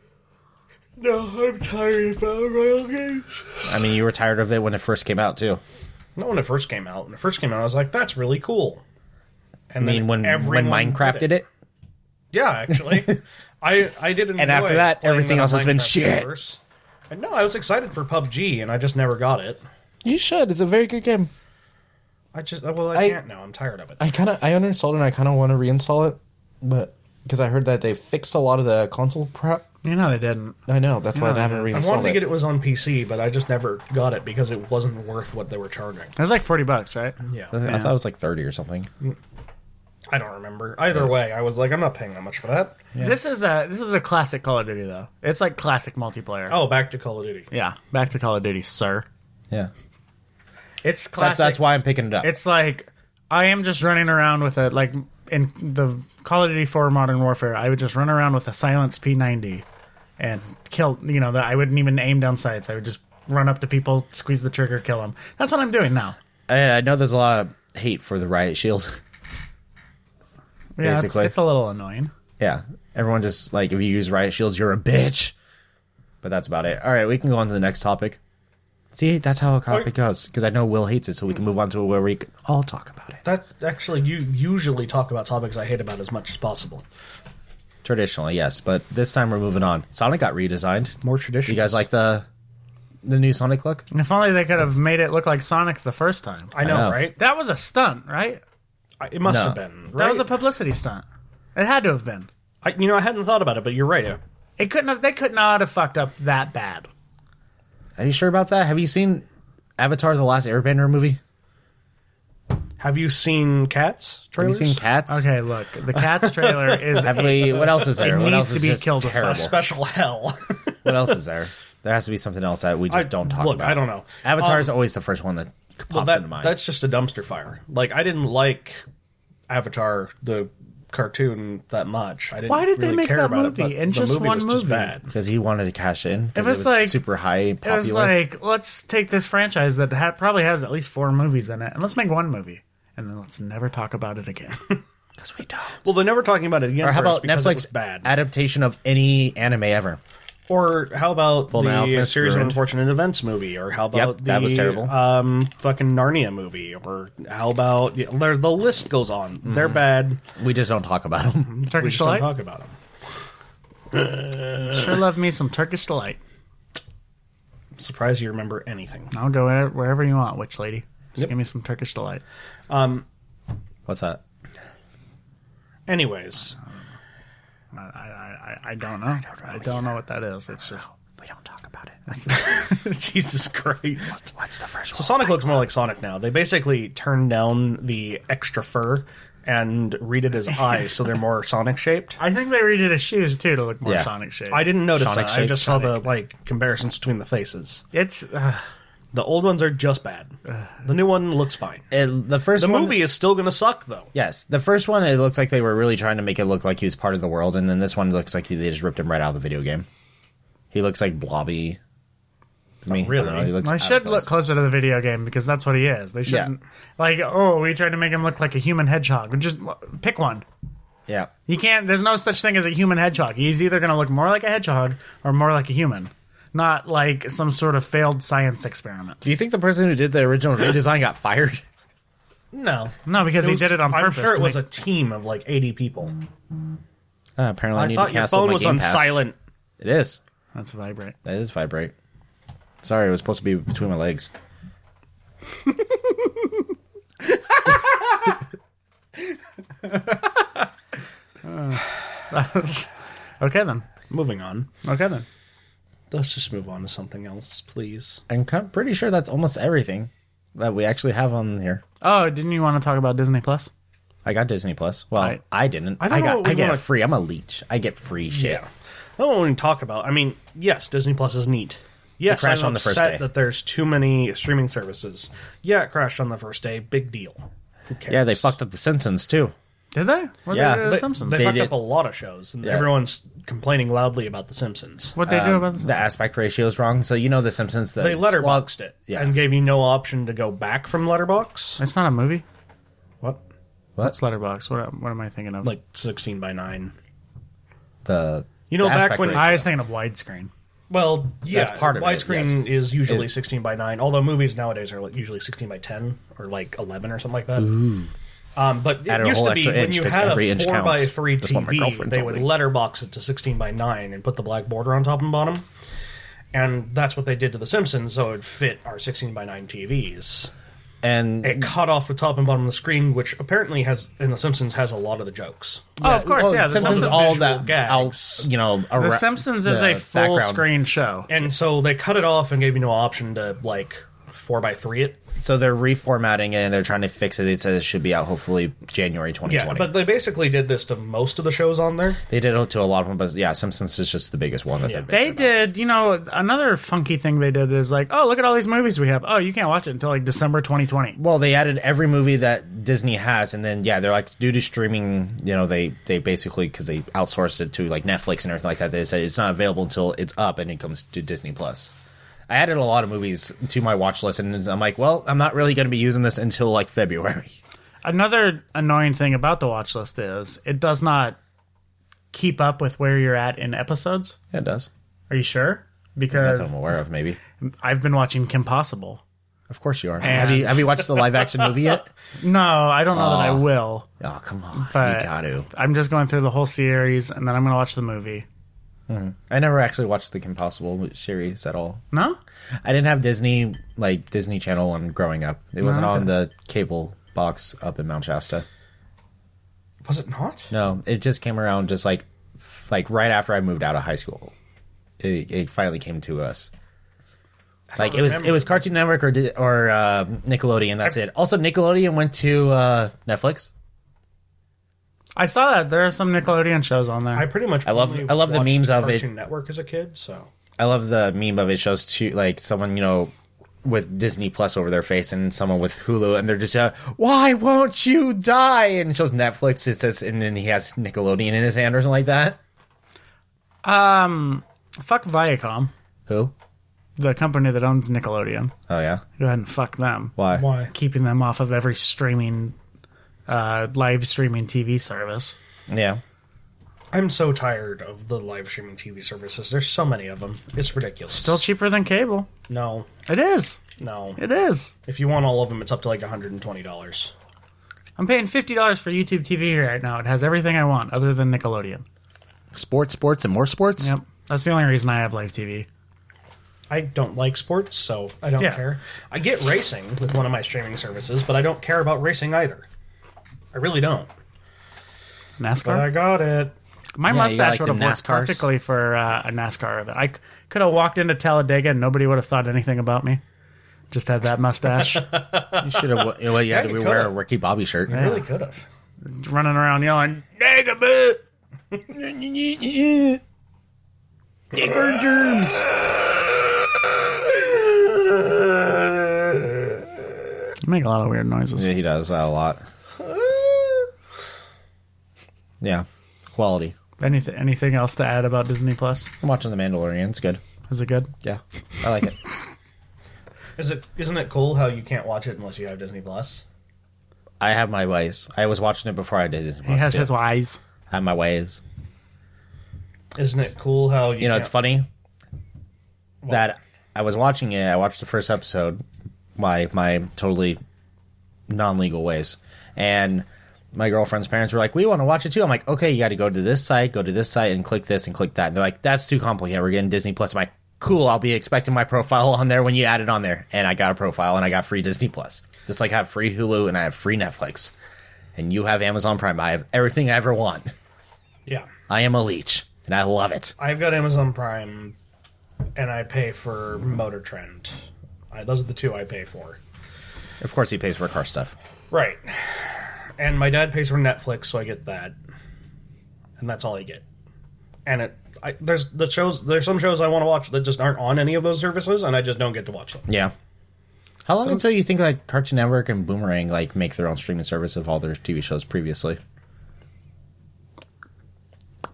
S1: No, I'm tired of battle royale games.
S3: I mean, you were tired of it when it first came out too.
S1: Not when it first came out. When it first came out, I was like, "That's really cool." And
S3: I mean, when when
S1: everyone
S3: Minecraft did it,
S1: yeah, actually, I I did. Enjoy
S3: And after that,
S1: playing
S3: everything
S1: the
S3: else has been
S1: Minecraft
S3: shit.
S1: universe. And no, I was excited for PUBG, and I just never got it.
S4: You should. It's a very good game.
S1: I just well, I,
S4: I-
S1: can't now. I'm tired of it.
S4: I kind of I uninstalled it and I kind of want to reinstall it, but because I heard that they fixed a lot of the console crap.
S2: You know they didn't.
S4: I know that's why I haven't
S1: I
S4: reinstalled
S1: wanted to
S4: it.
S1: get it was on PC, but I just never got it because it wasn't worth what they were charging.
S2: It was like forty bucks, right?
S1: Yeah,
S3: I thought it was like thirty or something.
S1: I don't remember. Either way, I was like, I'm not paying that much for that.
S2: This is a this is a classic Call of Duty though. It's like classic multiplayer.
S1: Oh, back to Call of Duty.
S2: Yeah, back to Call of Duty, sir.
S3: Yeah,
S2: It's classic.
S3: that's that's why I'm picking it up.
S2: It's like I am just running around with a like in the Call of Duty 4 Modern Warfare. I would just run around with a silenced P90 and kill. You know that I wouldn't even aim down sights. I would just run up to people, squeeze the trigger, kill them. That's what I'm doing now.
S3: I, I know there's a lot of hate for the Riot Shield.
S2: Yeah, it's,
S3: Basically.
S2: it's a little annoying.
S3: yeah, everyone just like if you use Riot Shields, you're a bitch. But that's about it. All right, we can go on to the next topic. See, that's how a topic goes because I know Will hates it, so we can move on to where we can all talk about it.
S1: That actually, you usually talk about topics I hate about as much as possible.
S3: Traditionally, yes, but this time we're moving on. Sonic got redesigned.
S1: More traditional.
S3: You guys like the the new Sonic look?
S2: And if only they could have made it look like Sonic the first time.
S1: I know,
S3: I know.
S1: right?
S2: That was a stunt, right?
S1: I- It must
S3: No.
S1: have been. Right?
S2: That was a publicity stunt. It had to have been.
S1: I, you know, I hadn't thought about it, but you're right.
S2: It couldn't have. They could not have fucked up that bad.
S3: Are you sure about that? Have you seen Avatar: The Last Airbender movie?
S1: Have you seen Cats
S3: Have you
S1: trailers?
S3: seen Cats?
S2: Okay, look, the Cats trailer is
S3: Have we? What else is there?
S2: It
S3: what
S2: needs
S3: else
S2: to
S3: is
S2: be
S3: just
S2: killed with
S3: terrible?
S2: fire.
S1: Special Hell.
S3: What else is there? There has to be something else that we just
S1: I-
S3: don't talk
S1: look,
S3: about.
S1: I don't know. Um,
S3: Avatar is always the first one that pops
S1: well, that,
S3: into mind.
S1: that's just a dumpster fire. Like I didn't like Avatar the cartoon that much. I didn't.
S2: Why did they
S1: really
S2: make
S1: care
S2: that
S1: about
S2: movie
S1: It, but
S2: in
S1: the
S2: just
S1: movie
S2: one
S1: was
S2: movie?
S1: Just bad.
S3: because he wanted to cash in because
S2: was like-
S3: super high
S2: It
S3: popular.
S2: was like, let's take this franchise that ha- probably has at least four movies in it, and let's make one movie, and then let's never talk about it again.
S3: because we don't.
S1: Well, they're never talking about it again.
S3: Or how
S1: first
S3: about
S1: because it was
S3: Netflix
S1: bad?
S3: adaptation of any anime ever?
S1: Or how about the
S3: Alchemist
S1: series
S3: ruined.
S1: of unfortunate events movie? Or how about
S3: Yep,
S1: the
S3: that was terrible.
S1: Um, fucking Narnia movie? Or how about yeah, there? The list goes on. They're bad.
S3: We just don't talk about them.
S1: We
S2: Turkish
S1: just don't
S2: delight,
S1: talk about them.
S2: sure love me some Turkish delight.
S1: I'm surprised you remember anything.
S2: I'll go where- wherever you want, witch lady. Just give me some Turkish delight.
S3: What's that?
S1: Anyways,
S2: I, I, I, I don't know. I don't know, what that is. It's just
S3: We don't talk about it.
S1: Jesus Christ.
S3: What's the first
S1: So Sonic looks more like Sonic now. They basically turned down the extra fur and redid his eyes so they're more Sonic shaped.
S2: I think they redid his shoes too to look more
S3: Yeah.
S2: Sonic shaped.
S1: I didn't notice
S3: Sonic
S1: that. I
S3: shaped
S1: just saw the like comparisons between the faces.
S2: It's uh,
S1: The old ones are just bad. The new one looks fine.
S3: It, the first
S1: The
S3: one,
S1: movie is still going to suck though.
S3: Yes, the first one it looks like they were really trying to make it look like he was part of the world, and then this one looks like they just ripped him right out of the video game. He looks like Blobby. I mean, I don't
S1: really.
S3: know, he looks
S2: I
S3: out of
S2: should look
S3: place.
S2: closer to the video game because that's what he is. They shouldn't like oh we tried to make him look like a human hedgehog. Just pick one.
S3: Yeah,
S2: You can't. There's no such thing as a human hedgehog. He's either going to look more like a hedgehog or more like a human, not like some sort of failed science experiment.
S3: do you think the person who did the original redesign got fired?
S1: No,
S2: No, because he
S1: was-
S2: did it on purpose.
S1: I'm sure it
S2: to
S1: was
S2: make-
S1: a team of like 80 people.
S3: Uh, apparently, I,
S1: I
S3: need
S1: thought
S3: to
S1: your
S3: cancel
S1: phone
S3: my
S1: was
S3: Game
S1: on
S3: Pass.
S1: silent.
S3: It is.
S2: That's vibrate.
S3: That is vibrate. Sorry, it was supposed to be between my legs.
S2: Okay then.
S1: Moving on.
S2: Okay then.
S1: Let's just move on to something else, please.
S3: I'm kind of pretty sure that's almost everything that we actually have on here.
S2: Oh, didn't you want to talk about Disney Plus?
S3: I got Disney Plus. Well, I,
S2: I-
S3: didn't. I,
S1: I don't know
S3: got.
S1: what we
S3: I get it
S1: wanna-
S3: free. I'm a leech. I get free shit.
S1: I don't want to talk about. I mean, yes, Disney Plus is neat. Yes,
S3: It crashed
S1: I'm
S3: on the first
S1: upset
S3: day.
S1: That there's too many streaming services. Yeah, it crashed on the first day. Big deal. Who cares?
S3: Yeah, they fucked up the Simpsons too.
S2: Did they? What Did they
S3: Yeah,
S2: do to
S3: but-
S2: Simpsons?
S1: They,
S3: They
S1: fucked
S3: did.
S1: up a lot of shows, and
S3: Yeah.
S1: everyone's complaining loudly about The Simpsons.
S2: what they do about this?
S3: Um, The aspect ratio is wrong. So you know the Simpsons. The,
S1: They letterboxed it
S3: yeah.
S1: and gave you no option to go back from letterbox.
S2: It's not a movie.
S1: What?
S2: It's Letterbox. What, what am I thinking of?
S1: Like sixteen by nine.
S3: the
S1: You know,
S3: the
S1: back
S3: aspect
S1: when-
S3: ratio.
S2: I was thinking of widescreen.
S1: Well, yeah,
S3: That's part of it,
S1: widescreen
S3: yes.
S1: is usually 16 by 9, although movies nowadays are like usually 16 by 10 or like 11 or something like that. Um, but it
S3: Add a
S1: used to
S3: whole
S1: be
S3: extra
S1: when
S3: inch
S1: you
S3: 'cause
S1: had a
S3: every inch
S1: 4 by
S3: counts.
S1: 3
S3: That's what my
S1: TV,
S3: girlfriend
S1: they
S3: told
S1: would
S3: me.
S1: letterbox it to 16 by 9 and put the black border on top and bottom. And that's what they did to The Simpsons, so it fit our 16 by 9 TVs.
S3: And
S1: It cut off the top and bottom of the screen, which apparently has in The Simpsons has a lot of the jokes.
S2: Oh, of course,
S3: well,
S2: yeah. The
S3: Simpsons
S2: Simpsons,
S3: all
S1: visual
S3: that
S1: gags.
S3: out, you know.
S2: the Simpsons is a full screen show.
S1: And so they cut it off and gave you no option to like 4 by 3 it.
S3: So they're reformatting it and they're trying to fix it. It says it should be out hopefully January 2020.
S1: Yeah, but they basically did this to most of the shows on there.
S3: they did it to a lot of them, but yeah, Simpsons is just the biggest one that they're
S2: They did, you know, another funky thing they did is like, oh, look at all these movies we have. Oh, you can't watch it until like December 2020.
S3: Well, they added every movie that Disney has, and then yeah, they're like due to streaming. You know, they they basically because they outsourced it to like Netflix and everything like that. They said it's not available until it's up and it comes to Disney Plus. I added a lot of movies to my watch list, and I'm like, well, I'm not really going to be using this until like February.
S2: Another annoying thing about the watch list is it does not keep up with where you're at in episodes.
S3: Yeah, it does.
S2: Are you sure?
S3: That's what I'm
S2: Because
S3: aware of. Maybe.
S2: I've been watching Kim Possible.
S3: Of course you are. Have you have you watched the live action movie yet?
S2: No, I don't know that I will.
S3: Oh come on,
S2: But-
S3: you got to.
S2: I'm just going through the whole series and then I'm going to watch the movie.
S3: I never actually watched the Kim Possible series at all.
S2: No?
S3: I didn't have Disney like Disney Channel when growing up. It wasn't on the cable box up in Mount Shasta.
S1: Was it not?
S3: No, it just came around just like f- like right after I moved out of high school. It, it finally came to us. Like it was it
S1: remember
S3: was Cartoon Network or Di- or uh, Nickelodeon. That's it. Also, Nickelodeon went to uh, Netflix.
S2: I saw that. There are some Nickelodeon shows on there.
S1: I pretty much.
S3: I love- I love the
S1: watched
S3: memes of it.
S1: Cartoon Network as a kid, so
S3: I love the meme of it shows two like someone you know with Disney Plus over their face and someone with Hulu and they're just uh, why won't you die and it shows Netflix it says and then he has Nickelodeon in his hand or something like that.
S2: um, fuck Viacom,
S3: Who?
S2: the company that owns Nickelodeon.
S3: Oh yeah.
S2: Go ahead and fuck them.
S3: Why?
S1: why?
S2: Keeping them off of every streaming, uh, live streaming TV service.
S3: Yeah.
S1: I'm so tired of the live streaming TV services. There's so many of them. It's ridiculous.
S2: Still cheaper than cable.
S1: no,
S2: It is.
S1: no.
S2: It is.
S1: If you want all of them, it's up to like 120 dollars.
S2: I'm paying fifty dollars for YouTube TV right now. It has everything I want, other than Nickelodeon.
S3: Sports, sports, and more sports.
S2: Yep, that's the only reason I have live TV.
S1: I don't like sports, so I don't
S2: Yeah.
S1: care. I get racing with one of my streaming services, but I don't care about racing either. I really don't. But I
S2: NASCAR.
S1: got it.
S2: My
S3: you got,
S2: mustache
S3: like,
S2: would
S3: the
S2: have worked
S3: NASCARs.
S2: perfectly for uh, a NASCAR event. I c- could have walked into Talladega and nobody would have thought anything about me. Just had that mustache,
S3: You should have. Well, you had
S1: Yeah,
S3: to
S1: you
S3: wear a
S1: could've.
S3: Ricky Bobby shirt.
S1: I Really could have.
S2: running around yelling "Dagobah!"
S3: They burn germs.
S2: You make a lot of weird noises.
S3: Yeah, he does that a lot. Yeah, quality.
S2: Anything anything else to add about Disney Plus?
S3: I'm watching The Mandalorian. It's good.
S2: Is it good?
S3: Yeah, I like it.
S1: Is it? Isn't it cool how you can't watch it unless you have Disney Plus?
S3: I have my ways. I was watching it before I did Disney
S2: He
S3: Plus.
S2: has
S3: too.
S2: his eyes.
S3: I have my ways.
S1: Isn't it cool how you?
S3: You know,
S1: can't-
S3: it's funny that I was watching it. I watched the first episode my my totally non-legal ways, and my girlfriend's parents were like, "We want to watch it too." I'm like, "Okay, you got to go to this site, go to this site, and click this and click that." And they're like, "That's too complicated. We're getting Disney Plus." I'm like, "Cool, I'll be expecting my profile on there when you add it on there." And I got a profile, and I got free Disney Plus. Just like I have free Hulu and I have free Netflix, and you have Amazon Prime. I have everything I ever want.
S1: Yeah.
S3: I am a leech, and I love it.
S1: I've got Amazon Prime, and I pay for Motor Trend. I, those are the two I pay for.
S3: Of course, he pays for car stuff.
S1: Right. And my dad pays for Netflix, so I get that, and that's all I get. And it, I, there's the shows. There's some shows I want to watch that just aren't on any of those services, and I just don't get to watch them.
S3: Yeah. How long until you think like Cartoon Network and Boomerang like make their own streaming service of all their TV shows previously?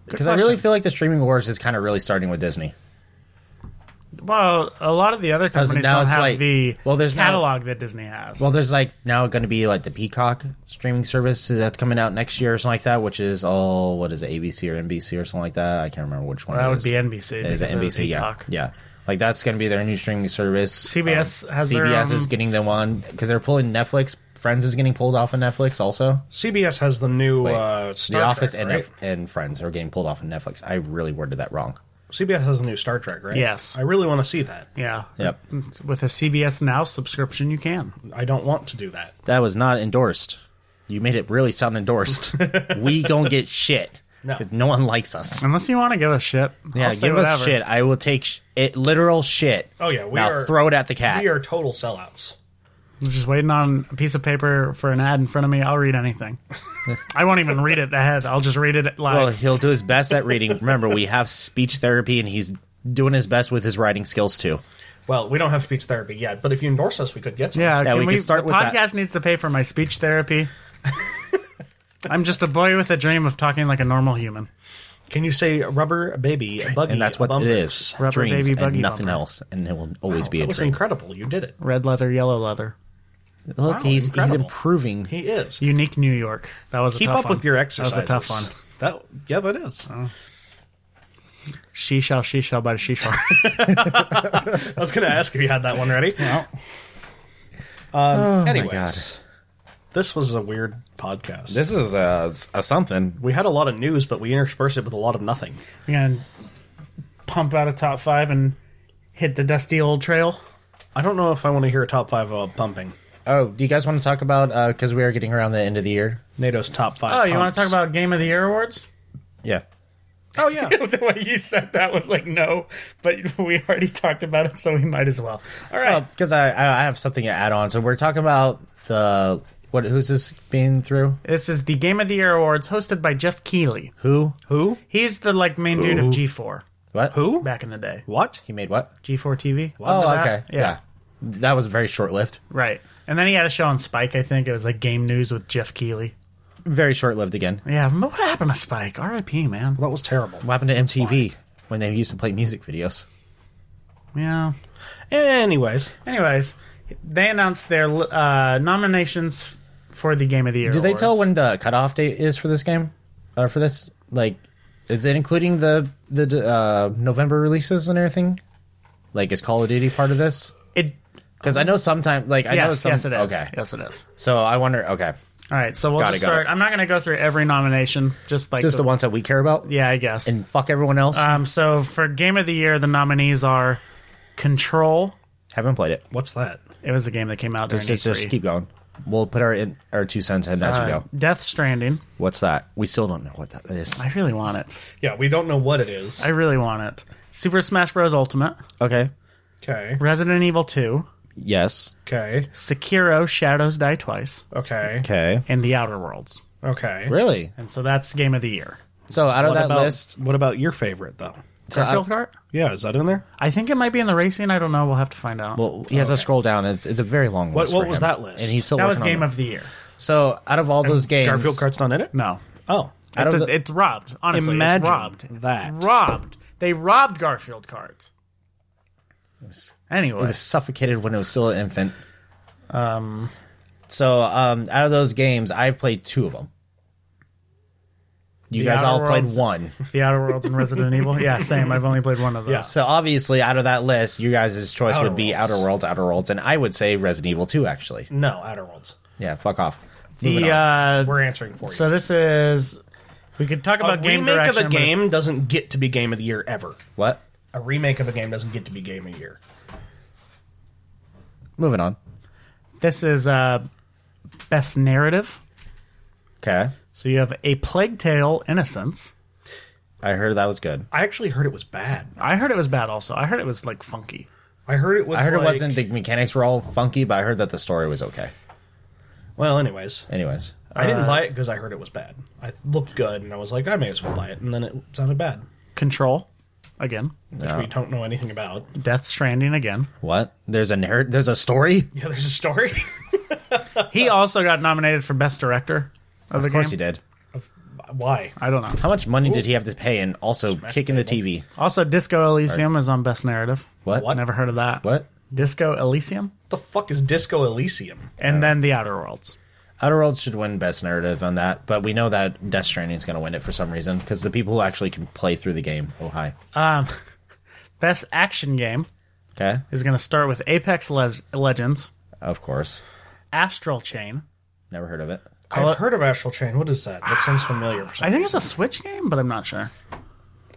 S3: Because I really
S2: question.
S3: feel like the streaming wars is kind of really starting with Disney.
S2: Well, a lot of the other
S3: 'Cause
S2: companies
S3: now
S2: don't
S3: it's
S2: have
S3: like-
S2: the
S3: well, there's no-
S2: catalog that Disney has.
S3: Well, there's like now going to be like the Peacock streaming service that's coming out next year or something like that, which is all what is it, ABC or NBC or something like that. I can't remember which one.
S2: that
S3: it
S2: would
S3: is.
S2: be NBC.
S3: It is
S2: because of
S3: NBC? Yeah,
S2: Peacock.
S3: yeah. Like that's going to be their new streaming service.
S2: CBS has their,
S3: CBS is
S2: um,
S3: getting them on because they're pulling Netflix. Friends is getting pulled off of Netflix also.
S1: CBS has the new
S3: Wait,
S1: uh, Star
S3: the
S1: Trek,
S3: Office and
S1: right?
S3: Nef- and Friends are getting pulled off of Netflix. I really worded that wrong.
S1: CBS has a new Star Trek, right?
S2: Yes.
S1: I really want to see that.
S2: Yeah.
S3: Yep,
S2: With a CBS Now subscription, you can.
S1: I don't want to do that.
S3: that was not endorsed. You made it really sound endorsed. we gonna get shit
S1: No.
S3: because no. one likes us.
S2: Unless you want to give a shit.
S3: Yeah,
S2: I'll say
S3: give us
S2: whatever.
S3: shit. I will take sh- it literal shit.
S1: Oh, yeah, we
S3: now
S1: are-
S3: throw it at the cat.
S1: We are total sellouts.
S2: I'm just waiting on a piece of paper for an ad in front of me. I'll read anything. I won't even read it ahead. I'll just read it
S3: well,
S2: live.
S3: he'll do his best at reading. Remember, we have speech therapy, and he's doing his best with his writing skills too.
S1: Well, we don't have speech therapy yet, but if you endorse us, we could get some.
S2: yeah,
S3: yeah,
S2: can
S3: we
S2: we,
S3: can
S2: the
S3: start with
S2: podcast
S3: that.
S2: needs to pay for my speech therapy. I'm just a boy with a dream of talking like a normal human.
S1: Can you say rubber baby buggy?
S3: and that's what
S1: bumpers?
S3: it is.
S2: Rubber
S3: Dreams
S2: baby buggy
S3: and nothing
S2: bumper.
S3: else, and it will always be a
S1: That was
S3: dream.
S1: incredible. You did it.
S2: Red leather, yellow leather.
S3: Look,
S1: Wow,
S3: he's
S1: incredible.
S3: he's improving.
S1: He is.
S2: Unique New York. That was a
S1: Keep
S2: tough
S1: up
S2: one.
S1: with your exercises.
S2: That was a tough one. Oh.
S1: That yeah, that is.
S2: She shall, she shall, by the she shall.
S1: I was going to ask if you had that one ready. Um, anyways,
S3: Oh, God.
S1: this was a weird podcast.
S5: This is a, a something.
S1: we had a lot of news, but we interspersed it with a lot of nothing.
S2: We're gonna pump out a top five and hit the dusty old trail.
S1: I don't know if I want to hear a top five about pumping.
S3: Oh, do you guys want to talk about because we are getting around the end of the year?
S1: NATO's top five.
S2: Oh, you want to
S1: pumps.
S2: talk about Game of the Year awards?
S3: Yeah.
S1: Oh yeah.
S2: the way you said that was like no, but we already talked about it, so we might as well. All right.
S3: Because I I I have something to add on. So we're talking about the what? Who's this being through?
S2: this is the Game of the Year awards hosted by Jeff Keighley.
S3: Who?
S1: Who?
S2: He's the like main dude
S1: Oh.
S2: of G4
S3: What?
S1: Who?
S2: back in the day.
S1: What?
S3: He made what?
S2: G4 TV.
S3: Oh,
S2: Remember
S3: okay.
S2: that?
S3: Yeah. That was very short lived.
S2: Right. And then he had a show on Spike, I think. It was like Game News with Jeff Keighley.
S3: Very short lived again.
S2: Yeah, but what happened to Spike? RIP, man.
S1: That was terrible.
S3: What happened to MTV when they used to play music videos?
S2: Yeah.
S1: Anyways,
S2: Anyways, they announced their uh, nominations for the Game of the Year.
S3: Do they
S2: awards.
S3: tell when the cutoff date is for this game? Or for this? Like, is it including the the uh, November releases and everything? Like, is Call of Duty part of this?
S2: It,
S3: Because I know sometimes, like, I know
S2: Mm-hmm. yes,
S3: some.
S2: yes, it is.
S3: Okay,
S2: Yes, it is.
S3: so I wonder. Okay,
S2: All right, so we'll
S3: Got
S2: just
S3: it, got
S2: start.
S3: it.
S2: I'm not going to go through every nomination, just like
S3: just the ones that we care about,
S2: Yeah, I guess.
S3: and fuck everyone else.
S2: um, so for Game of the Year, the nominees are Control.
S3: Haven't played it.
S1: what's that?
S2: It was a game that came out during E
S3: Just, just, just
S2: E3.
S3: keep going. We'll put our in, our two cents in as we go.
S2: Death Stranding.
S3: What's that? We still don't know what that is.
S2: I really want it.
S1: Yeah, we don't know what it is.
S2: I really want it. Super Smash Bros. Ultimate,
S3: Okay.
S1: Okay.
S2: Resident Evil 2,
S3: Yes.
S1: Okay.
S2: Sekiro: Shadows Die Twice,
S1: Okay.
S3: Okay.
S2: and The Outer Worlds.
S1: Okay.
S3: Really?
S2: And so that's Game of the Year.
S3: So out of that
S1: about,
S3: list,
S1: What about your favorite though?
S3: so uh,
S2: Garfield
S3: out-
S2: Kart?
S1: Yeah, is that in there?
S2: I think it might be in the racing. I don't know. We'll have to find out.
S3: well, he has to scroll down. It's, it's a very long list.
S1: what
S3: for
S1: was
S3: him.
S1: that list?
S3: And he's still
S2: that was
S3: working on
S2: Game
S3: it.
S2: of the Year.
S3: So out of all those games,
S1: Garfield Kart's not in it.
S2: No,
S1: Oh,
S3: Out
S2: it's,
S3: of
S2: a-
S3: the-
S2: it's robbed. Honestly,
S1: Imagine
S2: it's robbed.
S1: that.
S2: robbed. They robbed Garfield cards. Anyway,
S3: it was suffocated when it was still an infant. Um. So um, out of those games, I've played two of them. You
S2: The
S3: guys
S2: Outer
S3: all played
S2: Worlds.
S3: one.
S2: The Outer Worlds and Resident Evil. Yeah, same. I've only played one of those.
S1: Yeah.
S3: So obviously, out of that list, you guys' choice
S1: Outer
S3: would be
S1: Worlds.
S3: Outer Worlds, Outer Worlds, and I would say Resident Evil 2, actually.
S1: no, Outer Worlds.
S3: Yeah, fuck off. Moving
S2: The
S3: on.
S2: uh,
S1: We're answering for you.
S2: so this is we could talk
S1: a
S2: about game
S1: remake of
S2: direction,
S1: a
S2: but if-
S1: game doesn't get to be game of the year ever.
S3: what?
S1: A remake of a game doesn't get to be game of the year.
S3: Moving on.
S2: This is uh, best narrative.
S3: Okay,
S2: So you have a Plague Tale: Innocence.
S3: I heard that was good.
S1: I actually heard it was bad.
S2: I heard it was bad. Also, I heard it was like funky.
S1: I heard it was.
S3: I heard
S1: like-
S3: it wasn't the mechanics were all funky, but I heard that the story was okay.
S1: Well, anyways, Uh,
S3: Anyways,
S1: I didn't buy it because I heard it was bad. I looked good and I was like, I may as well buy it, and then it sounded bad,
S2: Control, again.
S1: which we don't know anything about.
S2: Death Stranding again.
S3: what? There's a narr- There's a story. Of
S1: Yeah, there's a story.
S2: He also got nominated for best director of, the game.
S3: course he did.
S1: Why?
S2: I don't know.
S3: How much money did he have to pay and also kicking the TV?
S2: Also, Disco Elysium is on Best Narrative.
S3: What?
S1: What?
S2: Never heard of that.
S3: What?
S2: Disco Elysium,
S1: the fuck is Disco Elysium?
S2: and then The Outer Worlds.
S3: Outer Worlds should win Best Narrative on that, but we know that Death Stranding is going to win it for some reason because the people who actually can play through the game. Oh, hi.
S2: Best Action Game
S3: Okay.
S2: is going to start with Apex Le- Legends,
S3: Of course.
S2: Astral Chain.
S3: Never heard of it.
S1: I've heard of Astral Chain. What is that? That sounds familiar. For some
S2: I think it's a Switch game, but I'm not sure.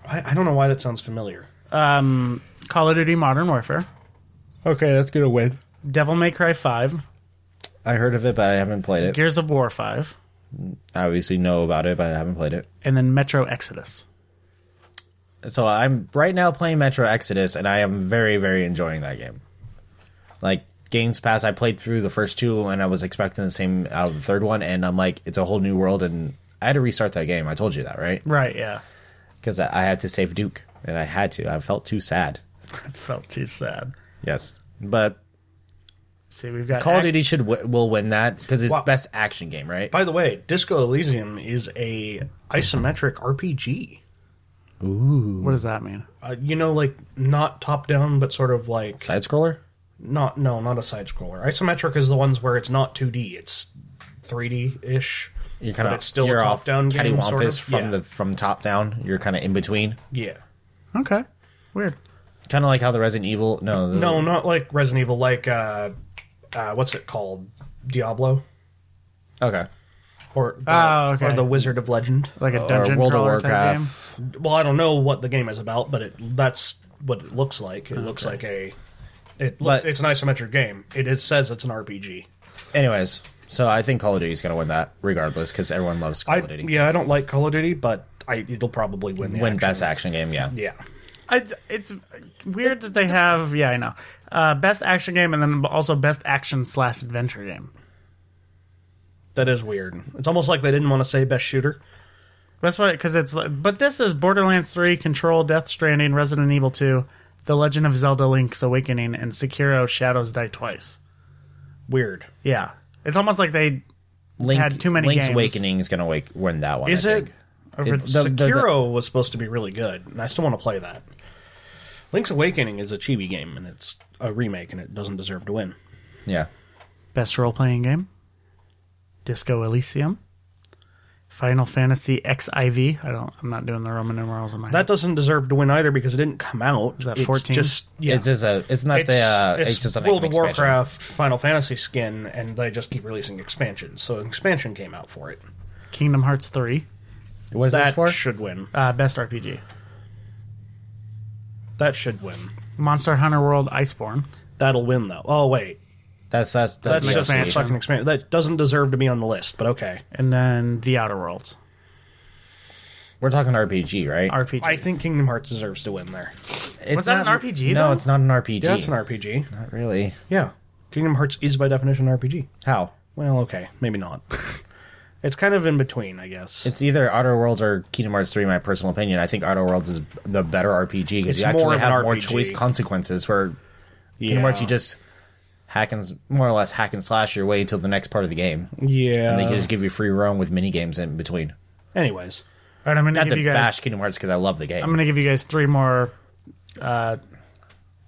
S1: I, I don't know why that sounds familiar.
S2: Um, Call of Duty Modern Warfare,
S3: Okay, that's going to win.
S2: Devil May Cry 5,
S3: I heard of it, but I haven't played it.
S2: Gears of War 5,
S3: I obviously know about it, but I haven't played it.
S2: and then Metro Exodus.
S3: So I'm right now playing Metro Exodus, and I am very, very enjoying that game. Like Games Pass, I played through the first two, and I was expecting the same out of the third one, and I'm like, it's a whole new world, and I had to restart that game. I told you that, right?
S2: Right, yeah.
S3: Because I I had to save Duke, and I had to. I felt too sad.
S2: That felt too sad.
S3: Yes, but
S2: See, we've got
S3: Call of
S2: Act-
S3: Duty should w- will win that because it's
S1: Wow.
S3: best action game, right?
S1: By the way, Disco Elysium is a isometric RPG.
S2: What does that mean?
S1: Uh, you know, like not top down, but sort of like
S3: Side scroller.
S1: not no, not a side scroller. Isometric is the ones where it's not 2D; it's 3D ish.
S3: You're kind
S1: but
S3: of
S1: it's still a top down game, sort of.
S3: from
S1: yeah.
S3: the from top down. You're kind of in between,
S1: yeah.
S2: Okay. Weird.
S3: kind of like how the Resident Evil. No, the,
S1: No, not like Resident Evil. Like uh, uh, what's it called? Diablo
S3: Okay,
S1: or the,
S2: Oh, okay.
S1: or the Wizard of Legend.
S2: Like a
S3: or
S2: dungeon
S3: Uh, World of
S2: crawler type
S3: Warcraft.
S2: game.
S1: well i don't know what the game is about but it that's what it looks like it looks like a it loo-
S3: But-
S1: it's an isometric game it, it says it's an rpg
S3: Anyways, so I think Call of Duty is going to win that regardless because everyone loves Call
S1: I,
S3: of Duty.
S1: yeah i don't like call of duty but I, it'll probably win the
S3: win
S1: action.
S3: best action game, yeah.
S1: yeah
S2: I, it's weird that they have yeah i know uh, best action game and then also best action slash adventure game
S1: that is weird it's almost like they didn't want to say best shooter
S2: that's what because it's like- but this is borderlands 3 control death stranding resident evil 2 the legend of zelda link's awakening and sekiro shadows die twice
S1: weird
S2: yeah it's almost like they
S3: Link,
S2: Had too many
S3: Link's
S2: games.
S3: Awakening is going to win that one.
S1: is
S3: I
S1: it
S3: think.
S2: over
S3: It's
S2: the,
S3: the-
S1: sekiro was supposed to be really good and i still want to play that link's awakening is a chibi game and it's a remake and it doesn't deserve to win
S3: Yeah.
S2: best role-playing game disco elysium final fantasy xiv i don't i'm not doing the roman numerals in my
S1: that doesn't deserve to win either because it didn't come out
S2: that
S1: It's
S2: 14?
S1: just yeah
S3: It's just a. It's not
S1: it's,
S3: the. Uh,
S1: it's
S3: it's, just an
S1: World of
S3: expansion.
S1: Warcraft Final Fantasy skin, and they just keep releasing expansions. So an expansion came out for it.
S2: head. kingdom hearts 3
S3: What is this
S1: That
S3: for?
S1: should win.
S2: uh, best rpg
S1: That should win.
S2: monster hunter world iceborne
S1: That'll win though. Oh wait,
S3: that's that's
S1: that's
S3: that's, the
S1: just a
S3: expansion.
S1: fucking expansion. That doesn't deserve to be on the list, but okay.
S2: and then The Outer Worlds
S3: We're talking RPG, right?
S2: RPG.
S1: I think Kingdom Hearts deserves to win there.
S3: It's
S2: Was that
S3: not-
S2: an RPG,
S3: No,
S2: though?
S3: it's not an RPG.
S1: Yeah, it's an RPG.
S3: Not really.
S1: Yeah, Kingdom Hearts is by definition an RPG.
S3: How?
S1: Well, okay, maybe not. it's kind of in between, I guess.
S3: It's either Outer Worlds or Kingdom Hearts 3, in my personal opinion. I think Outer Worlds is the better RPG
S1: It's
S3: because you
S1: more
S3: actually
S1: of an
S3: have more
S1: RPG.
S3: choice consequences. Where
S1: Yeah.
S3: Kingdom Hearts, you just hack and s- more or less hack and slash your way until the next part of the game.
S1: yeah.
S3: And they can just give you free roam with mini games in between.
S1: Anyways,
S2: All right, I'm gonna
S3: Not
S2: give
S3: to
S2: you guys.
S3: bash Kingdom Hearts because I love the game.
S2: I'm gonna give you guys three more uh,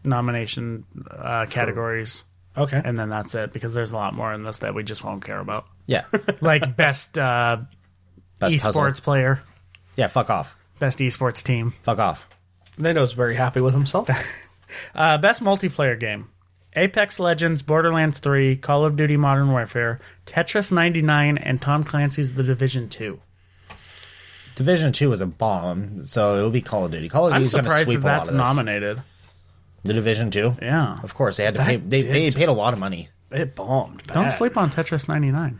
S2: nomination uh, categories,
S1: okay.
S2: and then that's it because there's a lot more in this that we just won't care about,
S3: yeah,
S2: like best uh,
S3: best
S2: esports
S3: puzzle.
S2: player,
S3: Yeah, fuck off,
S2: best esports team,
S3: fuck off.
S1: Nintendo's very happy with himself.
S2: uh, best multiplayer game. Apex Legends, Borderlands 3, Call of Duty Modern Warfare, Tetris 99, and Tom Clancy's The Division 2.
S3: Division Two was a bomb, so it will be Call of Duty. Call of
S2: I'm
S3: Duty's going to
S2: surprised
S3: sweep
S2: that
S3: a lot
S2: that's
S3: of this.
S2: nominated.
S3: The Division Two,
S2: Yeah.
S3: of course, they had to pay. They,
S1: did
S3: they
S1: just-
S3: paid a lot of money.
S1: it bombed.
S2: Don't
S1: bad.
S2: sleep on Tetris 99.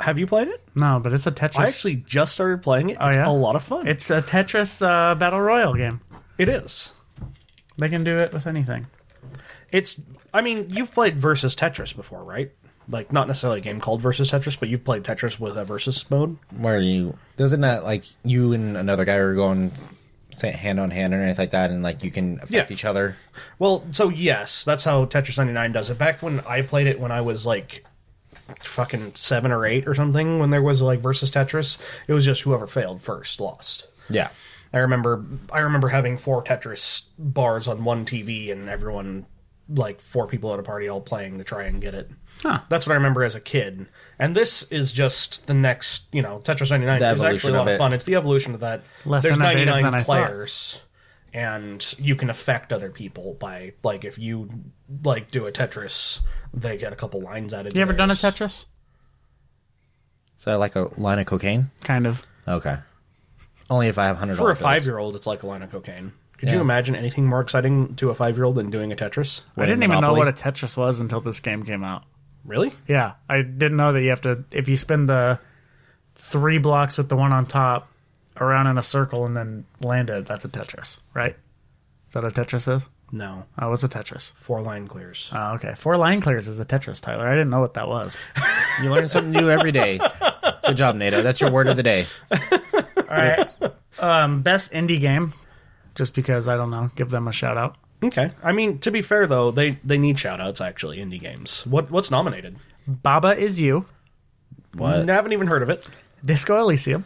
S1: Have you played it?
S2: No, but it's a Tetris.
S1: I actually just started playing it. It's
S2: yeah?
S1: a lot of fun.
S2: It's a Tetris uh, battle royal game.
S1: it is.
S2: They can do it with anything.
S1: It's. I mean, you've played versus Tetris before, right? Like not necessarily a game called versus Tetris, but you've played Tetris with a versus mode.
S3: Where you doesn't that like you and another guy are going say, hand on hand or anything like that, and like you can affect
S1: Yeah.
S3: each other.
S1: Well, so yes, that's how Tetris 99 does it. Back when I played it, when I was like fucking seven or eight or something when there was like versus Tetris. It was just whoever failed first lost.
S3: Yeah.
S1: I remember I remember having four Tetris bars on one TV and everyone like four people at a party all playing to try and get it.
S2: Huh.
S1: That's what I remember as a kid. And this is just the next, you know, Tetris 99
S3: The
S1: is actually
S3: evolution
S1: a
S3: of
S1: lot of
S3: it.
S1: fun. It's the evolution of that.
S2: Less
S1: There's
S2: innovative
S1: 99
S2: than I thought.
S1: players and you can affect other people by like if you like do a Tetris, they get a couple lines added.
S2: You
S1: to
S2: ever done a
S1: theirs.
S2: Tetris?
S3: Is that like a line of cocaine?
S2: Kind of.
S3: Okay. Only if I have hundred
S1: For a five year old, it's like a line of cocaine. Could you
S3: Yeah.
S1: imagine anything more exciting to a five year old than doing a Tetris?
S2: I didn't even know
S3: Monopoly?
S2: what a Tetris was until this game came out.
S1: Really?
S2: Yeah, I didn't know that you have to if you spin the three blocks with the one on top around in a circle and then land it. That's a Tetris, right? Is that what a Tetris is?
S1: No.
S2: Oh, what's a Tetris?
S1: Four line clears.
S2: Oh, okay. Four line clears is a Tetris, Tyler. I didn't know what that was.
S3: You learn something new every day. Good job, NATO. That's your word of the day.
S2: All right. Um, best indie game, just because I don't know. Give them a shout out.
S1: Okay. I mean, to be fair though, they they need shout outs actually, indie games. What what's nominated?
S2: Baba is you.
S3: What?
S1: I haven't even heard of it.
S2: Disco Elysium.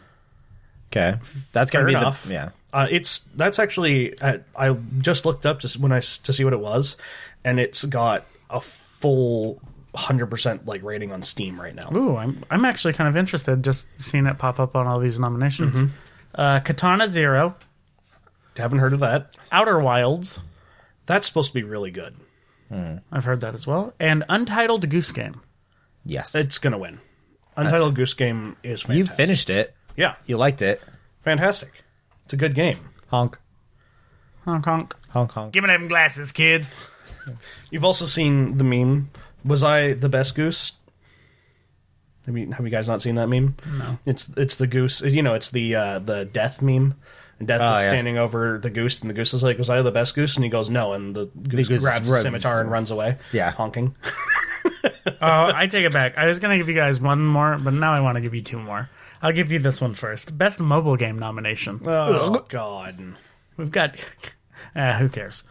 S3: Okay. That's
S1: Fair
S3: gonna be
S1: enough.
S3: the yeah.
S1: Uh, it's that's actually I, I just looked up to s- when I s- to see what it was, and it's got a full hundred percent like rating on Steam right now.
S2: Ooh, I'm I'm actually kind of interested just seeing it pop up on all these nominations. Uh, Katana Zero,
S1: Haven't heard of that.
S2: Outer Wilds.
S1: That's supposed to be really good.
S2: I've heard that as well. And Untitled Goose Game.
S3: Yes.
S1: It's gonna win. Untitled Goose Game is
S3: you
S1: fantastic.
S3: finished it.
S1: Yeah,
S3: You liked it.
S1: fantastic. It's a good game.
S3: Honk.
S2: Hong Kong.
S3: Honk honk.
S2: Give me them glasses, kid.
S1: You've also seen the meme. Was I the best goose? Have you, have you guys not seen that meme? No. It's it's the goose. You know, it's the uh, the death meme. And death
S3: Oh,
S1: is
S3: yeah.
S1: standing over the goose, and the goose is like, "Was I the best goose?" And he goes, "No." And the goose,
S3: goose
S1: grabs his
S3: runs.
S1: scimitar and runs away.
S3: Yeah.
S1: honking.
S2: Oh, I take it back. I was going to give you guys one more, but now I want to give you two more. I'll give you this one first. Best mobile game nomination.
S1: Oh God!
S2: We've got. Uh, who cares?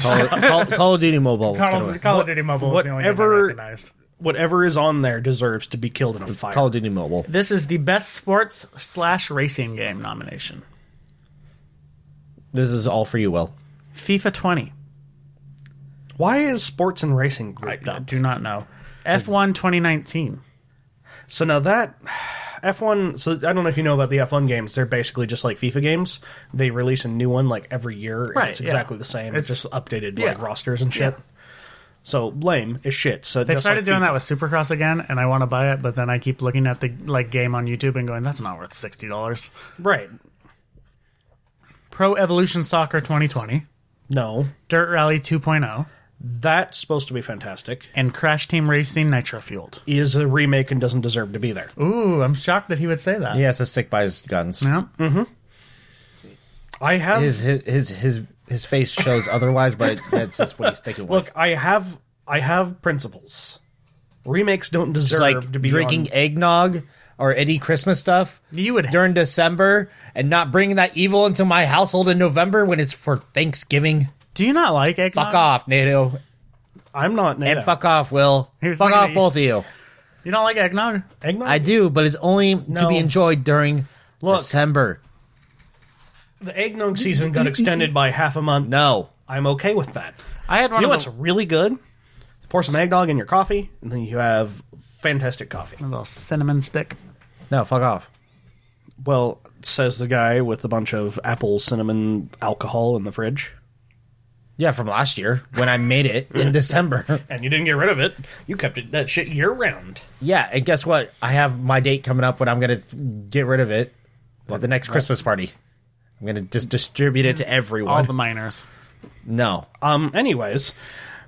S3: Call, Call, Call of Duty Mobile. was
S2: Call,
S3: gonna win.
S2: Call of Duty Mobile was the only game I
S1: whatever-
S2: recognized.
S1: Whatever is on there deserves to be killed in a fire.
S3: Call of Duty Mobile.
S2: This is the best sports slash racing game nomination.
S3: This is all for you, Will.
S2: FIFA 20.
S1: Why is sports and racing
S2: I
S1: grouped up?
S2: do not know. F1 2019.
S1: So now that F1, so I don't know if you know about the F1 games. They're basically just like FIFA games. They release a new one like every year, and
S2: Right,
S1: it's
S2: yeah.
S1: exactly the same. It's just updated like
S2: yeah.
S1: rosters and shit.
S2: Yeah.
S1: So lame is shit. So
S2: They started doing that with Supercross again, and I want to buy it, but then I keep looking at the like game on YouTube and going, "That's not worth sixty dollars."
S1: that, right?
S2: Pro Evolution Soccer 2020,
S1: No,
S2: Dirt Rally 2.0,
S1: that's supposed to be fantastic.
S2: and Crash Team Racing Nitro Fueled.
S1: Is a remake and doesn't deserve to be there.
S2: Ooh, I'm shocked that he would say that.
S3: He has to stick by his guns.
S2: Yeah.
S1: I have
S3: His, his his his his face shows otherwise, but that's just what he's sticking with.
S1: look. I have I have principles. Remakes don't
S3: It's
S1: deserve
S3: like
S1: to be
S3: drinking
S1: on-
S3: eggnog or any Christmas stuff
S2: You would-
S3: during December and not bringing that evil into my household in November when it's for Thanksgiving.
S2: Do you not like eggnog?
S3: Fuck off, NATO,
S1: I'm not
S3: and
S1: NATO.
S3: fuck off, Will.
S2: He was
S3: Fuck
S2: thinking
S3: off,
S2: that you-
S3: both of you.
S2: You don't like eggnog?
S1: Eggnog?
S3: I do, but it's only to
S1: No.
S3: be enjoyed during
S1: Look.
S3: December.
S1: The eggnog season got extended by half a month.
S3: No,
S1: I'm okay with that.
S2: I had one
S1: You know
S2: of
S1: what's
S2: the,
S1: really good? Pour some eggnog in your coffee, and then you have fantastic coffee.
S2: a little cinnamon stick.
S3: no, fuck off.
S1: Well, says the guy with a bunch of apple cinnamon alcohol in the fridge.
S3: Yeah, from last year when I made it in December.
S1: And you didn't get rid of it. You kept it that shit year round.
S3: Yeah, and guess what? I have my date coming up when I'm gonna th- get rid of it at the next Christmas party. I'm gonna just distribute it to
S2: All
S3: everyone.
S2: the minors.
S3: no,
S1: Um. Anyways,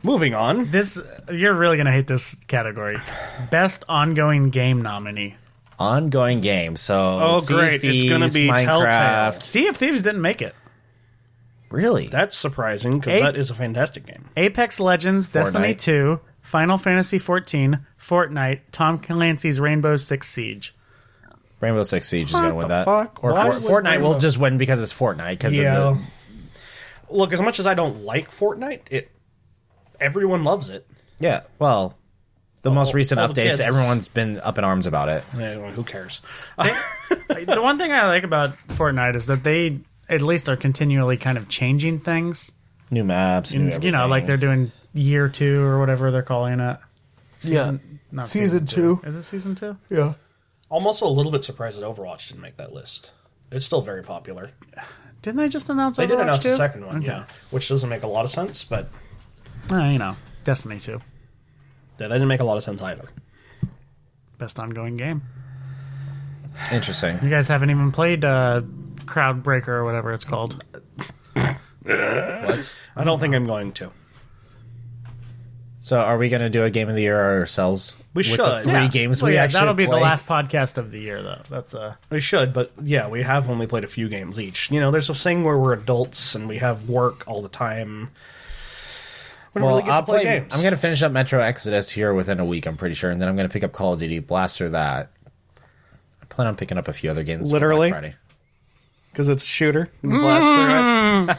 S1: moving on.
S2: This you're really gonna hate this category. Best ongoing game nominee.
S3: ongoing game. So
S1: Oh,
S3: Sea
S1: great. It's gonna
S3: Thieves,
S1: be Telltale.
S2: Sea of Thieves didn't make it.
S3: Really?
S1: That's surprising because
S2: Eight-
S1: that is a fantastic game.
S2: Apex Legends, Destiny
S3: Fortnite.
S2: 2, Final Fantasy 14, Fortnite, Tom Clancy's Rainbow Six Siege.
S3: Rainbow Six Siege is gonna win that.
S1: fuck?
S3: Or
S1: Why
S3: For-
S1: would
S3: Fortnite
S1: Rainbow-
S3: will just win because it's Fortnite. Because
S1: Yeah.
S3: of the,
S1: Look, as much as I don't like Fortnite, it everyone loves it.
S3: yeah. Well, the most recent
S1: all the
S3: updates,
S1: kids.
S3: everyone's been up in arms about it.
S1: Eh, well, who cares?
S2: the one thing I like about Fortnite is that they at least are continually kind of changing things.
S3: New maps, new
S2: You know, like they're doing year two or whatever they're calling it.
S4: yeah.
S2: Not
S4: Season two.
S2: Is it season two?
S4: Yeah.
S1: I'm also a little bit surprised that Overwatch didn't make that list. It's still very popular.
S2: Didn't they just announce?
S1: They
S2: Overwatch
S1: did announce
S2: two?
S1: the second one, yeah, which doesn't make a lot of sense, but
S2: Uh, you know, Destiny two,
S1: yeah, that didn't make a lot of sense either.
S2: best ongoing game.
S3: interesting.
S2: You guys haven't even played uh, Crowdbreaker or whatever it's called.
S1: I don't think I'm going to.
S3: So, are we going to do a game of the year ourselves?
S1: We
S3: With
S1: should.
S3: the three
S1: Yeah.
S3: games
S2: Well,
S3: we
S2: yeah,
S3: actually
S2: that'll be
S3: play?
S2: the last podcast of the year, though. That's uh,
S1: We should, but yeah, we have only played a few games each. You know, there's this thing where we're adults and we have work all the time. We don't
S3: Well,
S1: really get
S3: I'll
S1: to play,
S3: play.
S1: games.
S3: I'm going to finish up Metro Exodus here within a week. I'm pretty sure, and then I'm going to pick up Call of Duty Blaster. That I plan on picking up a few other games. for Black
S1: Literally?
S3: Friday.
S1: because it's a shooter. Blaster, right?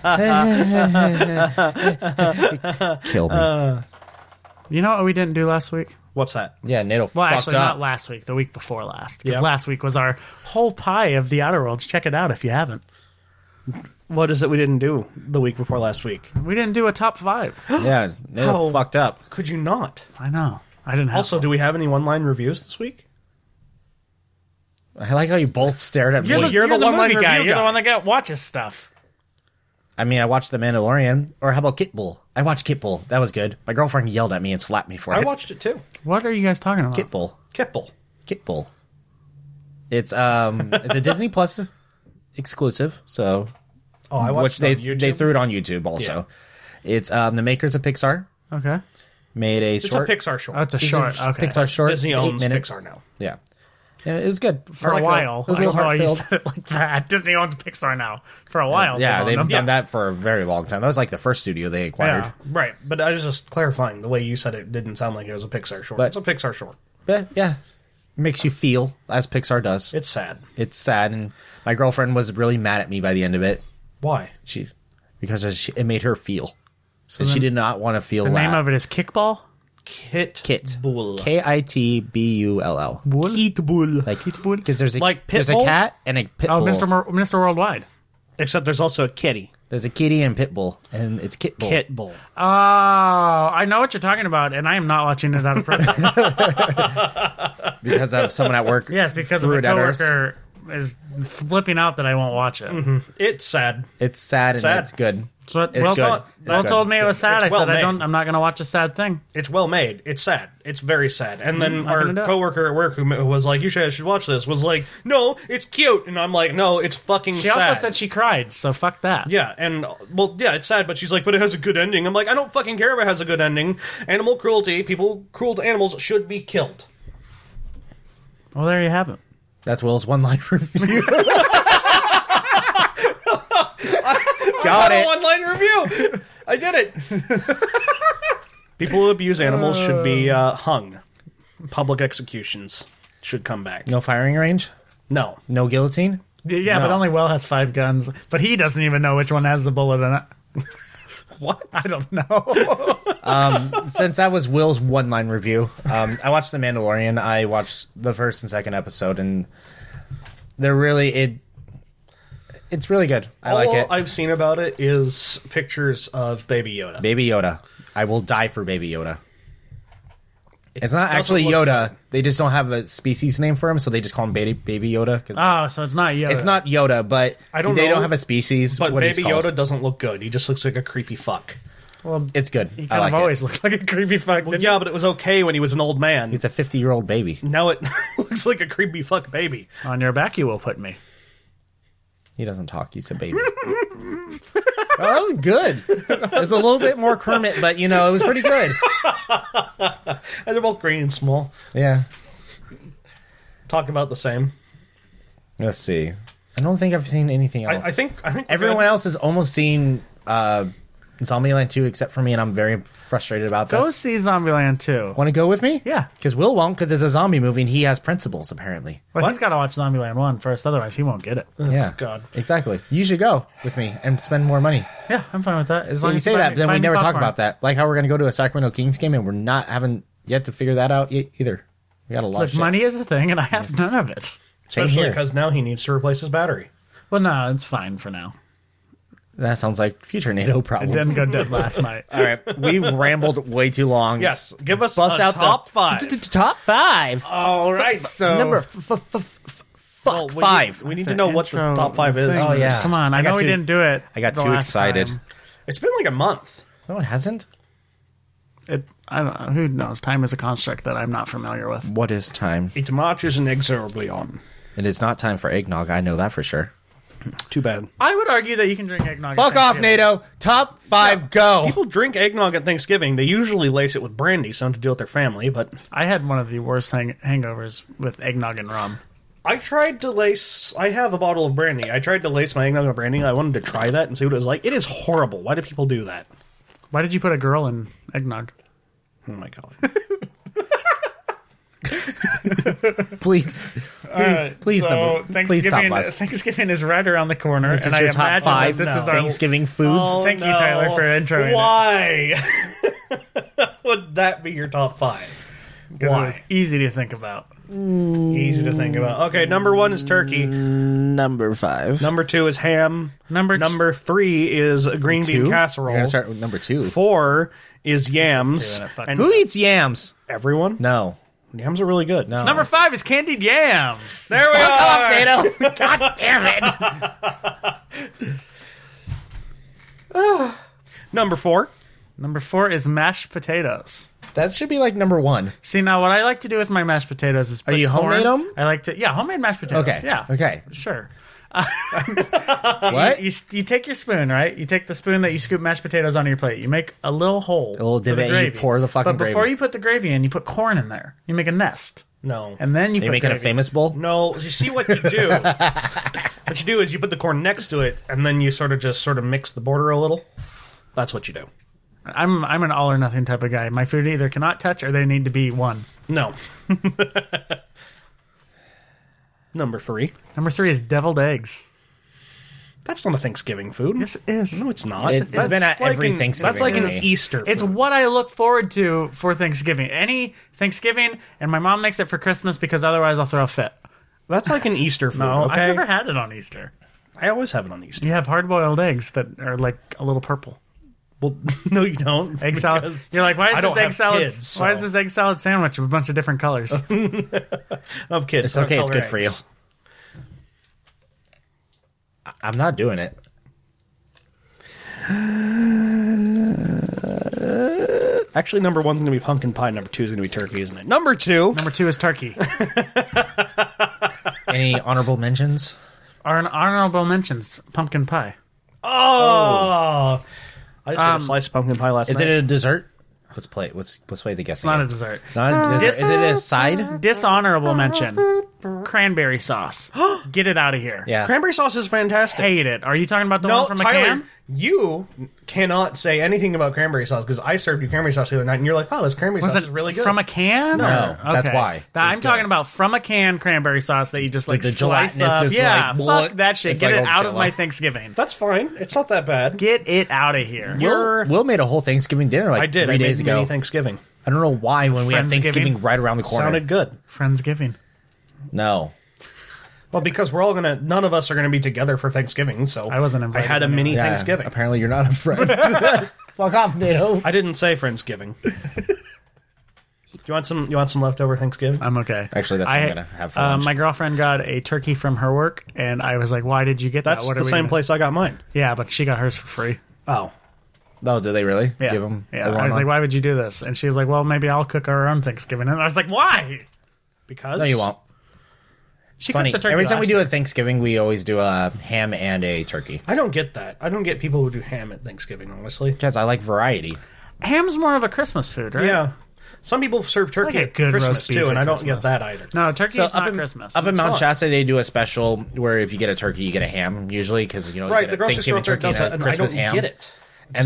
S3: kill me.
S2: you know what we didn't do last week.
S1: What's that?
S3: yeah, NATO
S2: Well,
S3: fucked
S2: actually,
S3: up.
S2: not last week. The week before last. 'Cause
S1: Yeah.
S2: last week was our whole pie of the Outer Worlds. Check it out if you haven't.
S1: What is it we didn't do the week before last week?
S2: We didn't do a top five.
S3: yeah, NATO
S1: How-
S3: fucked up.
S1: Could you not?
S2: I know. I didn't. Have
S1: Also,
S2: one.
S1: do we have any one-line reviews this week?
S3: I like how you both stared at
S2: You're,
S3: me.
S2: the,
S1: you're
S2: you're
S1: the
S2: the
S1: one-line
S2: movie guy.
S1: review
S2: You're the
S1: guy.
S2: one that got, watches stuff.
S3: I mean, I watched The Mandalorian, or how about Kitbull? I watched Kitbull. That was good. My girlfriend yelled at me and slapped me for
S1: I
S3: it.
S1: watched it too.
S2: What are you guys talking about?
S3: Kitbull.
S1: Kipple.
S3: Kitbull. It's um, it's a Disney Plus exclusive. So
S1: Oh, I
S3: which
S1: watched
S3: they
S1: it on YouTube.
S3: they threw it on YouTube also. It's um, the makers of Pixar
S2: Okay.
S3: made a
S1: It's
S3: short
S1: a Pixar short.
S2: Oh, it's a
S3: These are
S2: short. Okay.
S3: Pixar short.
S1: Disney
S3: It's eight
S1: owns
S3: minutes.
S1: Pixar now.
S3: Yeah. Yeah, it was good
S2: For a while.
S3: It was a little
S2: I don't know why you
S3: heartfelt. Uh,
S2: said it like that. Disney owns Pixar now. For a while.
S3: Yeah,
S2: owned
S3: they've
S2: them.
S3: done that for a very long time. That was like the first studio they acquired.
S2: Yeah.
S1: Right, but I was just clarifying the way you said it didn't sound like it was a Pixar short.
S3: But-
S1: it's a Pixar short.
S3: But yeah, makes you feel as Pixar does.
S1: It's sad.
S3: it's sad, and my girlfriend was really mad at me by the end of it.
S1: Why?
S3: She because it- she, it made her feel. So
S2: then
S3: she did not want to feel
S2: The
S3: that.
S2: name of it is Kickball.
S1: Kit.
S3: Kit.
S1: Bull.
S3: K I T B U L L.
S1: Bull.
S3: Like
S2: Kitbull?
S3: because there's a
S1: Like
S3: there's a
S1: Pitbull?
S3: cat and a pit
S2: Oh,
S3: bull.
S2: Mr. Mer- Mr. Worldwide.
S1: Except there's also a kitty.
S3: There's a kitty and pit bull, and it's kit bull.
S1: Kit Bull.
S2: Oh, I know what you're talking about, and I am not watching it out of purpose.
S3: because of someone at work.
S2: yes, because
S3: threw
S2: my
S3: it at us.
S2: coworker is flipping out that I won't watch it.
S1: It's sad.
S3: It's sad and
S1: Sad.
S3: it's good.
S2: So what
S3: It's
S2: Will,
S3: good.
S2: told-
S3: It's
S2: Will
S3: good.
S2: told me it was sad.
S1: It's
S2: I
S1: well
S2: said
S1: made.
S2: I don't. I'm not going to watch a sad thing.
S1: It's well made. It's sad. It's very sad. And then
S2: Mm, I
S1: our
S2: found it out.
S1: coworker at work who m- was like, "You should, should watch this." Was like, "No, it's cute." And I'm like, "No, it's fucking."
S2: She
S1: sad.
S2: also said she cried. So fuck that.
S1: Yeah, and uh, well, yeah, it's sad, but she's like, but it has a good ending. I'm like, I don't fucking care if it has a good ending. Animal cruelty, people cruel to animals should be killed.
S2: Well, there you have it.
S3: That's Will's one line review. Got it.
S1: Online review. I did it. people who abuse animals should be uh, hung. Public executions should come back.
S3: No firing range.
S1: No,
S3: No guillotine.
S2: Yeah, but only Will has five guns, but he doesn't even know which one has the bullet in it.
S1: what?
S2: I don't know.
S3: Since that was Will's one line review, um, I watched The Mandalorian. I watched the first and second episode, and they're really it. It's really good. I like
S1: All
S3: it.
S1: I've seen about it is pictures of Baby Yoda.
S3: Baby Yoda. I will die for Baby Yoda. It's not
S1: doesn't
S3: actually
S1: look
S3: Yoda. They just don't have a species name for him, so they just call him Baby Baby Yoda. 'cause
S2: oh, so it's not you.
S3: it's not Yoda, but
S1: Ah. I don't
S3: they
S1: know,
S3: don't have a species.
S1: But
S3: what he's
S1: Baby
S3: called.
S1: Yoda doesn't look good. He just looks like a creepy fuck.
S2: Well,
S3: It's good.
S2: he
S3: I
S2: kind
S3: like
S2: of
S3: it.
S2: always looked like a creepy fuck. didn't he?
S1: Yeah, but it was okay when he was an old man.
S3: It's a 50 year old baby.
S1: now it looks like a creepy fuck baby.
S2: On your back, you will put me.
S3: He doesn't talk. He's a baby. oh, that was good. It was a little bit more Kermit, but you know, it was pretty good.
S1: And they're both green and small.
S3: Yeah.
S1: Talk about the same.
S3: Let's see. I don't think I've seen anything
S1: I,
S3: else.
S1: I think I think we're
S3: everyone
S1: good.
S3: else has almost seen uh, Zombieland 2 except for me, and I'm very frustrated about
S2: Go
S3: this.
S2: see Zombieland 2.
S3: Want to go with me?
S2: Yeah.
S3: Because Will won't, because it's a zombie movie and he has principles, apparently.
S2: Well, he's got to watch Zombieland 1 first, otherwise he won't get it.
S3: yeah.
S1: Oh, God.
S3: Exactly. You should go with me and spend more money.
S2: Yeah, I'm fine with that. As long
S3: you
S2: as
S3: say
S2: buy
S3: that,
S2: me-
S3: but then
S2: buy
S3: we
S2: me
S3: never talk
S2: popcorn.
S3: about that. Like how we're going to go to a Sacramento Kings game and we're not having you have to figure that out e- either. We got a lot of
S2: Like
S3: shit.
S2: money is a thing, and I have none of it.
S3: Same
S1: Especially
S3: here.
S1: because now he needs to replace his battery.
S2: Well, no, it's fine for now.
S3: That sounds like future NATO
S2: It
S3: problems.
S2: didn't go dead last night.
S3: All right, we rambled way too long.
S1: Yes, give us
S3: bust
S1: a
S3: out
S1: top
S3: the
S1: five.
S3: T- t- t- top five.
S2: All right, so
S3: Number f- f- f- f- fuck
S1: Well, we need-
S3: five.
S1: We need, to know what the
S2: intro
S1: top five is.
S2: thing.
S3: Oh, yeah.
S2: come on! I,
S3: I got
S2: know we
S3: too-
S2: didn't do it.
S3: I got
S2: the
S3: too
S2: last
S3: excited.
S2: time.
S1: It's been like a month.
S3: no, it hasn't.
S2: It, I don't know. Who knows? Time is a construct that I'm not familiar with.
S3: What is time?
S1: It marches inexorably on.
S3: It is not time for eggnog. I know that for sure.
S1: Too bad.
S2: I would argue that you can drink eggnog.
S3: Fuck off, NATO. Top five, go.
S1: People drink eggnog at Thanksgiving. They usually lace it with brandy, something to do with their family. But
S2: I had one of the worst hang- hangovers with eggnog and rum.
S1: I tried to lace. I have a bottle of brandy. I tried to lace my eggnog with brandy. I wanted to try that and see what it was like. It is horrible. Why do people do that?
S2: Why did you put a girl in eggnog?
S1: Oh my god.
S3: Please, please, number, please top
S2: Thanksgiving,
S3: five.
S2: Thanksgiving is right around the corner,
S3: This
S2: and
S3: is
S2: I
S3: your top
S2: imagine
S3: five
S2: that this is our Oh,
S3: Thanksgiving foods.
S2: Thank you, Tyler, for introing it.
S1: Why would that be your top five?
S2: 'cause it
S1: Why?
S2: was easy to think about.
S1: Easy to think about. Okay, number one is turkey.
S5: Number five.
S1: Number two is ham.
S2: Number t-
S1: Number three is green
S3: Two?
S1: bean
S3: We're gonna
S1: casserole.
S3: start with number two.
S1: Four is yams.
S2: two and a fuck-
S1: And
S3: Who eats yams?
S1: everyone?
S3: No.
S1: Yams are really good. No.
S2: number five is candied yams.
S1: There we
S3: Fuck
S1: are.
S3: off, NATO. God damn it.
S1: Number four.
S2: Number four is mashed potatoes.
S3: That should be like number one.
S2: See now, what I like to do with my mashed potatoes is put
S3: you
S2: corn.
S3: homemade 'em?
S2: I like to yeah, homemade mashed potatoes.
S3: Okay.
S2: yeah,
S3: Okay.
S2: sure.
S3: What?
S2: You, you take your spoon, right? You take the spoon that you scoop mashed potatoes onto your plate. You make a little hole,
S3: little
S2: for the
S3: divot and you
S2: gravy.
S3: pour the
S2: But
S3: fucking
S2: before
S3: gravy.
S2: you put the gravy in, you put corn in there. You make a nest,
S1: No.
S2: and then you put
S3: Are you making a
S2: gravy.
S3: famous bowl?
S1: No, you see what you do. what you do is you put the corn next to it, and then you sort of just sort of mix the border a little. That's what you do.
S2: I'm I'm an all or nothing type of guy. My food either cannot touch or they need to be one.
S1: No. Number three.
S2: Number three is deviled eggs.
S1: That's not a Thanksgiving food.
S2: Yes, it is.
S1: No, it's not.
S3: It- it's
S1: That's
S3: been at
S1: like
S3: every
S1: an-
S3: Thanksgiving
S1: That's like an
S3: for me.
S1: Easter.
S2: It's
S1: food.
S2: what I look forward to for Thanksgiving. Any Thanksgiving, and my mom makes it for Christmas because otherwise I'll throw a fit.
S1: that's like an Easter food. No, okay?
S2: I've never had it on Easter.
S1: I always have it on Easter.
S2: You have hard boiled eggs that are like a little purple.
S1: Well, no, you don't.
S2: Egg salad.
S1: because
S2: You're like, why
S1: I
S2: is this
S1: don't
S2: egg
S1: have
S2: salad?
S1: kids, so-
S2: Why is this egg salad sandwich with a bunch of different colors?
S1: of kids?
S3: It's
S1: so
S3: okay. It's
S1: color
S3: good for you.
S1: eggs.
S3: I- I'm not doing it.
S1: Actually, number one's going to be pumpkin pie. Number two is going to be turkey, isn't it? Number two.
S2: Number two is turkey.
S3: Any honorable mentions?
S2: Are an honorable mentions pumpkin pie.
S1: Oh. I just had a sliced pumpkin pie last
S3: Is
S1: night.
S3: it a dessert? Let's play. Let's let's play the guessing.
S2: It's not a
S3: game.
S2: dessert.
S3: It's not a dessert. Is it a side?
S2: Dishonorable mention. Cranberry sauce. Get it out of here.
S3: Yeah.
S1: Cranberry sauce is fantastic.
S2: Hate it. Are you talking about the
S1: no,
S2: one from
S1: Tyler,
S2: a can?
S1: you cannot say anything about cranberry sauce because I served you cranberry sauce the other night, and you're like, "Oh, this cranberry
S2: Was
S1: sauce
S2: it
S1: is really good."
S2: from a can? No,
S3: that's why. It was
S2: I'm
S3: good.
S2: talking about from a can cranberry sauce that you just like
S3: the
S2: slice
S3: gelatinous
S2: up.
S3: is
S2: Yeah,
S3: like,
S2: fuck
S3: what?
S2: that shit.
S3: It's
S2: Get
S3: like
S2: it
S3: old
S2: out of
S3: Jell-O.
S2: my Thanksgiving.
S1: That's fine. It's not that bad.
S2: Get it out of here.
S1: You're-
S3: Will, Will made a whole Thanksgiving dinner like
S1: I did
S3: three
S1: I
S3: days
S1: made mini
S3: ago.
S1: Thanksgiving
S3: I don't know why when we have
S2: Friendsgiving?
S3: Thanksgiving right around the corner.
S1: sounded good.
S2: Friendsgiving.
S3: No.
S1: Well, because we're all gonna, none of us are gonna be together for Thanksgiving, so
S2: I wasn't
S1: I
S2: invited
S1: had a
S2: anyway.
S1: mini
S3: Yeah,
S1: Thanksgiving.
S3: Apparently you're not a friend. Fuck off, NATO.
S1: I didn't say Friendsgiving. Do you want some? You want some leftover Thanksgiving?
S2: I'm okay.
S3: Actually, that's what I'm gonna have for
S2: uh,
S3: lunch.
S2: My girlfriend got a turkey from her work, and I was like, "Why did you get
S1: That's
S2: that? What are
S1: the
S2: we
S1: same
S2: gonna-"
S1: place I got mine.
S2: Yeah, but she got hers for free.
S1: Oh,
S3: Oh, did they really?
S2: Yeah.
S3: Give them.
S2: yeah. I was like, "Why would you do this?" And she was like, "Well, maybe I'll cook our own Thanksgiving." And I was like, "Why?"
S1: because
S3: No, you won't.
S2: She
S3: Funny.
S2: cooked the turkey.
S3: Every time we
S2: last
S3: do
S2: year.
S3: a Thanksgiving, we always do a ham and a turkey
S1: I don't get that. I don't get people who do ham at Thanksgiving. Honestly,
S3: because I like variety.
S2: ham's more of a Christmas food, right?
S1: yeah. Some people serve turkey
S2: Like a
S1: at
S2: good
S1: Christmas
S2: roast beef
S1: too,
S2: at
S1: and I don't
S2: Christmas.
S1: get that either.
S2: No, turkey's
S3: So
S2: not
S3: up in
S2: Christmas.
S3: up in
S2: It's
S3: Mount
S2: not.
S3: Shasta, they do a special where if you get a turkey, you get a ham usually because you know you
S1: Right,
S3: get
S1: the
S3: a
S1: grocery store
S3: Thanksgiving
S1: turkey
S3: turkey
S1: does that,
S3: and a
S1: and I
S3: Christmas
S1: don't
S3: ham.
S1: get it.
S3: And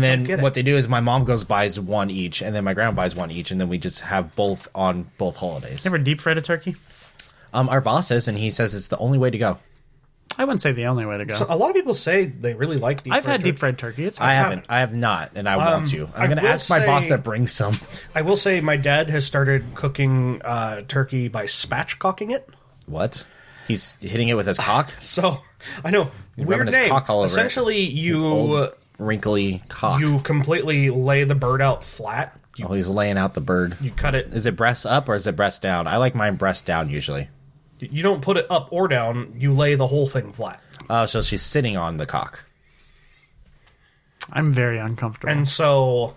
S1: get
S3: then
S1: it.
S3: what they do is my mom goes buys one each, and then my grandma buys one each, and then we just have both on both holidays.
S2: You ever deep fried a turkey?
S3: Um, our boss says, and he says it's the only way to go.
S2: I wouldn't say the only way to go.
S1: So a lot of people say they really like deep.
S2: I've
S1: fried
S2: had deep
S1: turkey.
S2: fried turkey. It's
S3: I
S2: good.
S3: haven't. I have not, and I want to.
S1: Um, I
S3: I'm going to
S1: will
S3: ask my boss
S1: say-
S3: to bring some.
S1: I will say my dad has started cooking uh, turkey by spatchcocking it.
S3: What? He's hitting it with his cock.
S1: So I know weird
S3: rubbing his
S1: name.
S3: cock all over it.
S1: Essentially,
S3: His
S1: you uh,
S3: old wrinkly cock.
S1: you completely lay the bird out flat. You,
S3: oh, he's laying out the bird.
S1: you cut it.
S3: Is it breast up or is it breast down? I like mine breast down usually.
S1: You don't put it up or down. You lay the whole thing flat.
S3: Oh, so she's sitting on the cock.
S2: I'm very uncomfortable.
S1: And so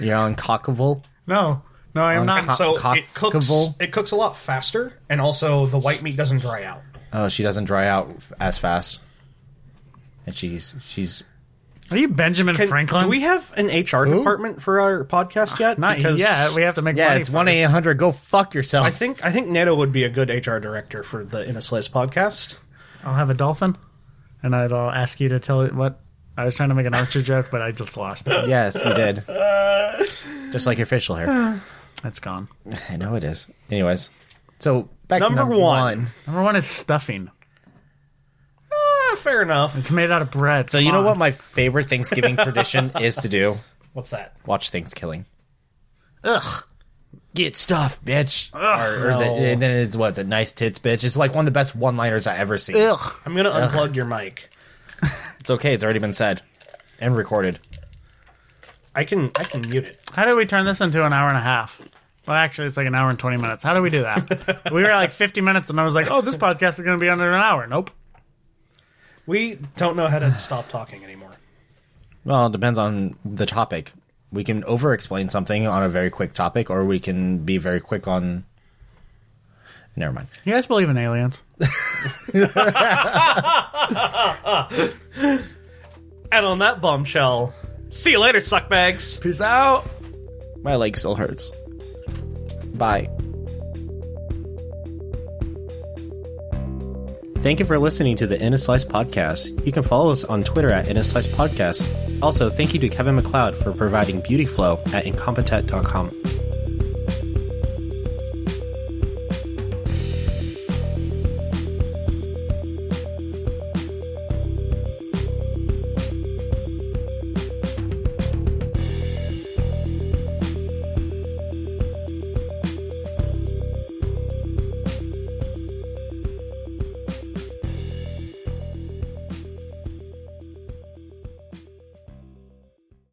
S3: You're on cockable.
S2: no, no, I am not.
S3: Unco-
S1: so
S3: cock-
S1: it cooks
S3: cockable?
S1: it cooks a lot faster and also the white meat doesn't dry out.
S3: Oh, she doesn't dry out f- as fast. And she's she's
S2: Are you Benjamin
S1: Can-
S2: Franklin?
S1: Do we have an HR department for our podcast yet?
S2: not yet. We have to make
S3: yeah.
S2: money
S3: It's
S2: first.
S3: one eight hundred. Go fuck yourself.
S1: I think I think NATO would be a good HR director for the In a Slice podcast.
S2: I'll have a dolphin, and I'll ask you to tell it what. I was trying to make an Archer joke, but I just lost it.
S3: yes, you did. Just like your facial hair.
S2: It's gone.
S3: I know it is. Anyways, so back
S1: Number
S3: to number
S1: one.
S3: one.
S2: Number one is stuffing.
S1: Ah, fair enough.
S2: It's made out of bread.
S3: So you know what my favorite Thanksgiving tradition is to do?
S1: What's that?
S3: Watch Thanksgiving.
S2: Ugh.
S3: Get stuffed, bitch. or, or is it, and then it's what's it? Nice tits, bitch. It's like one of the best one-liners I ever seen.
S2: Ugh.
S1: I'm gonna unplug your mic.
S3: It's okay. It's already been said and recorded.
S1: I can I can mute it.
S2: How do we turn this into an hour and a half? Well, actually, it's like an hour and 20 minutes. How do we do that? we were at, like 50 minutes, and I was like, oh, this podcast is going to be under an hour. Nope.
S1: We don't know how to stop talking anymore.
S3: Well, it depends on the topic. We can over-explain something on a very quick topic, or we can be very quick on. Never mind.
S2: You guys believe in aliens?
S1: And on that bombshell, see you later, suckbags.
S2: Peace out.
S3: My leg still hurts. Bye. Thank you for listening to the In a Slice podcast. You can follow us on Twitter at In a Slice podcast. Also, thank you to Kevin McLeod for providing Beauty Flow at incompetent.com.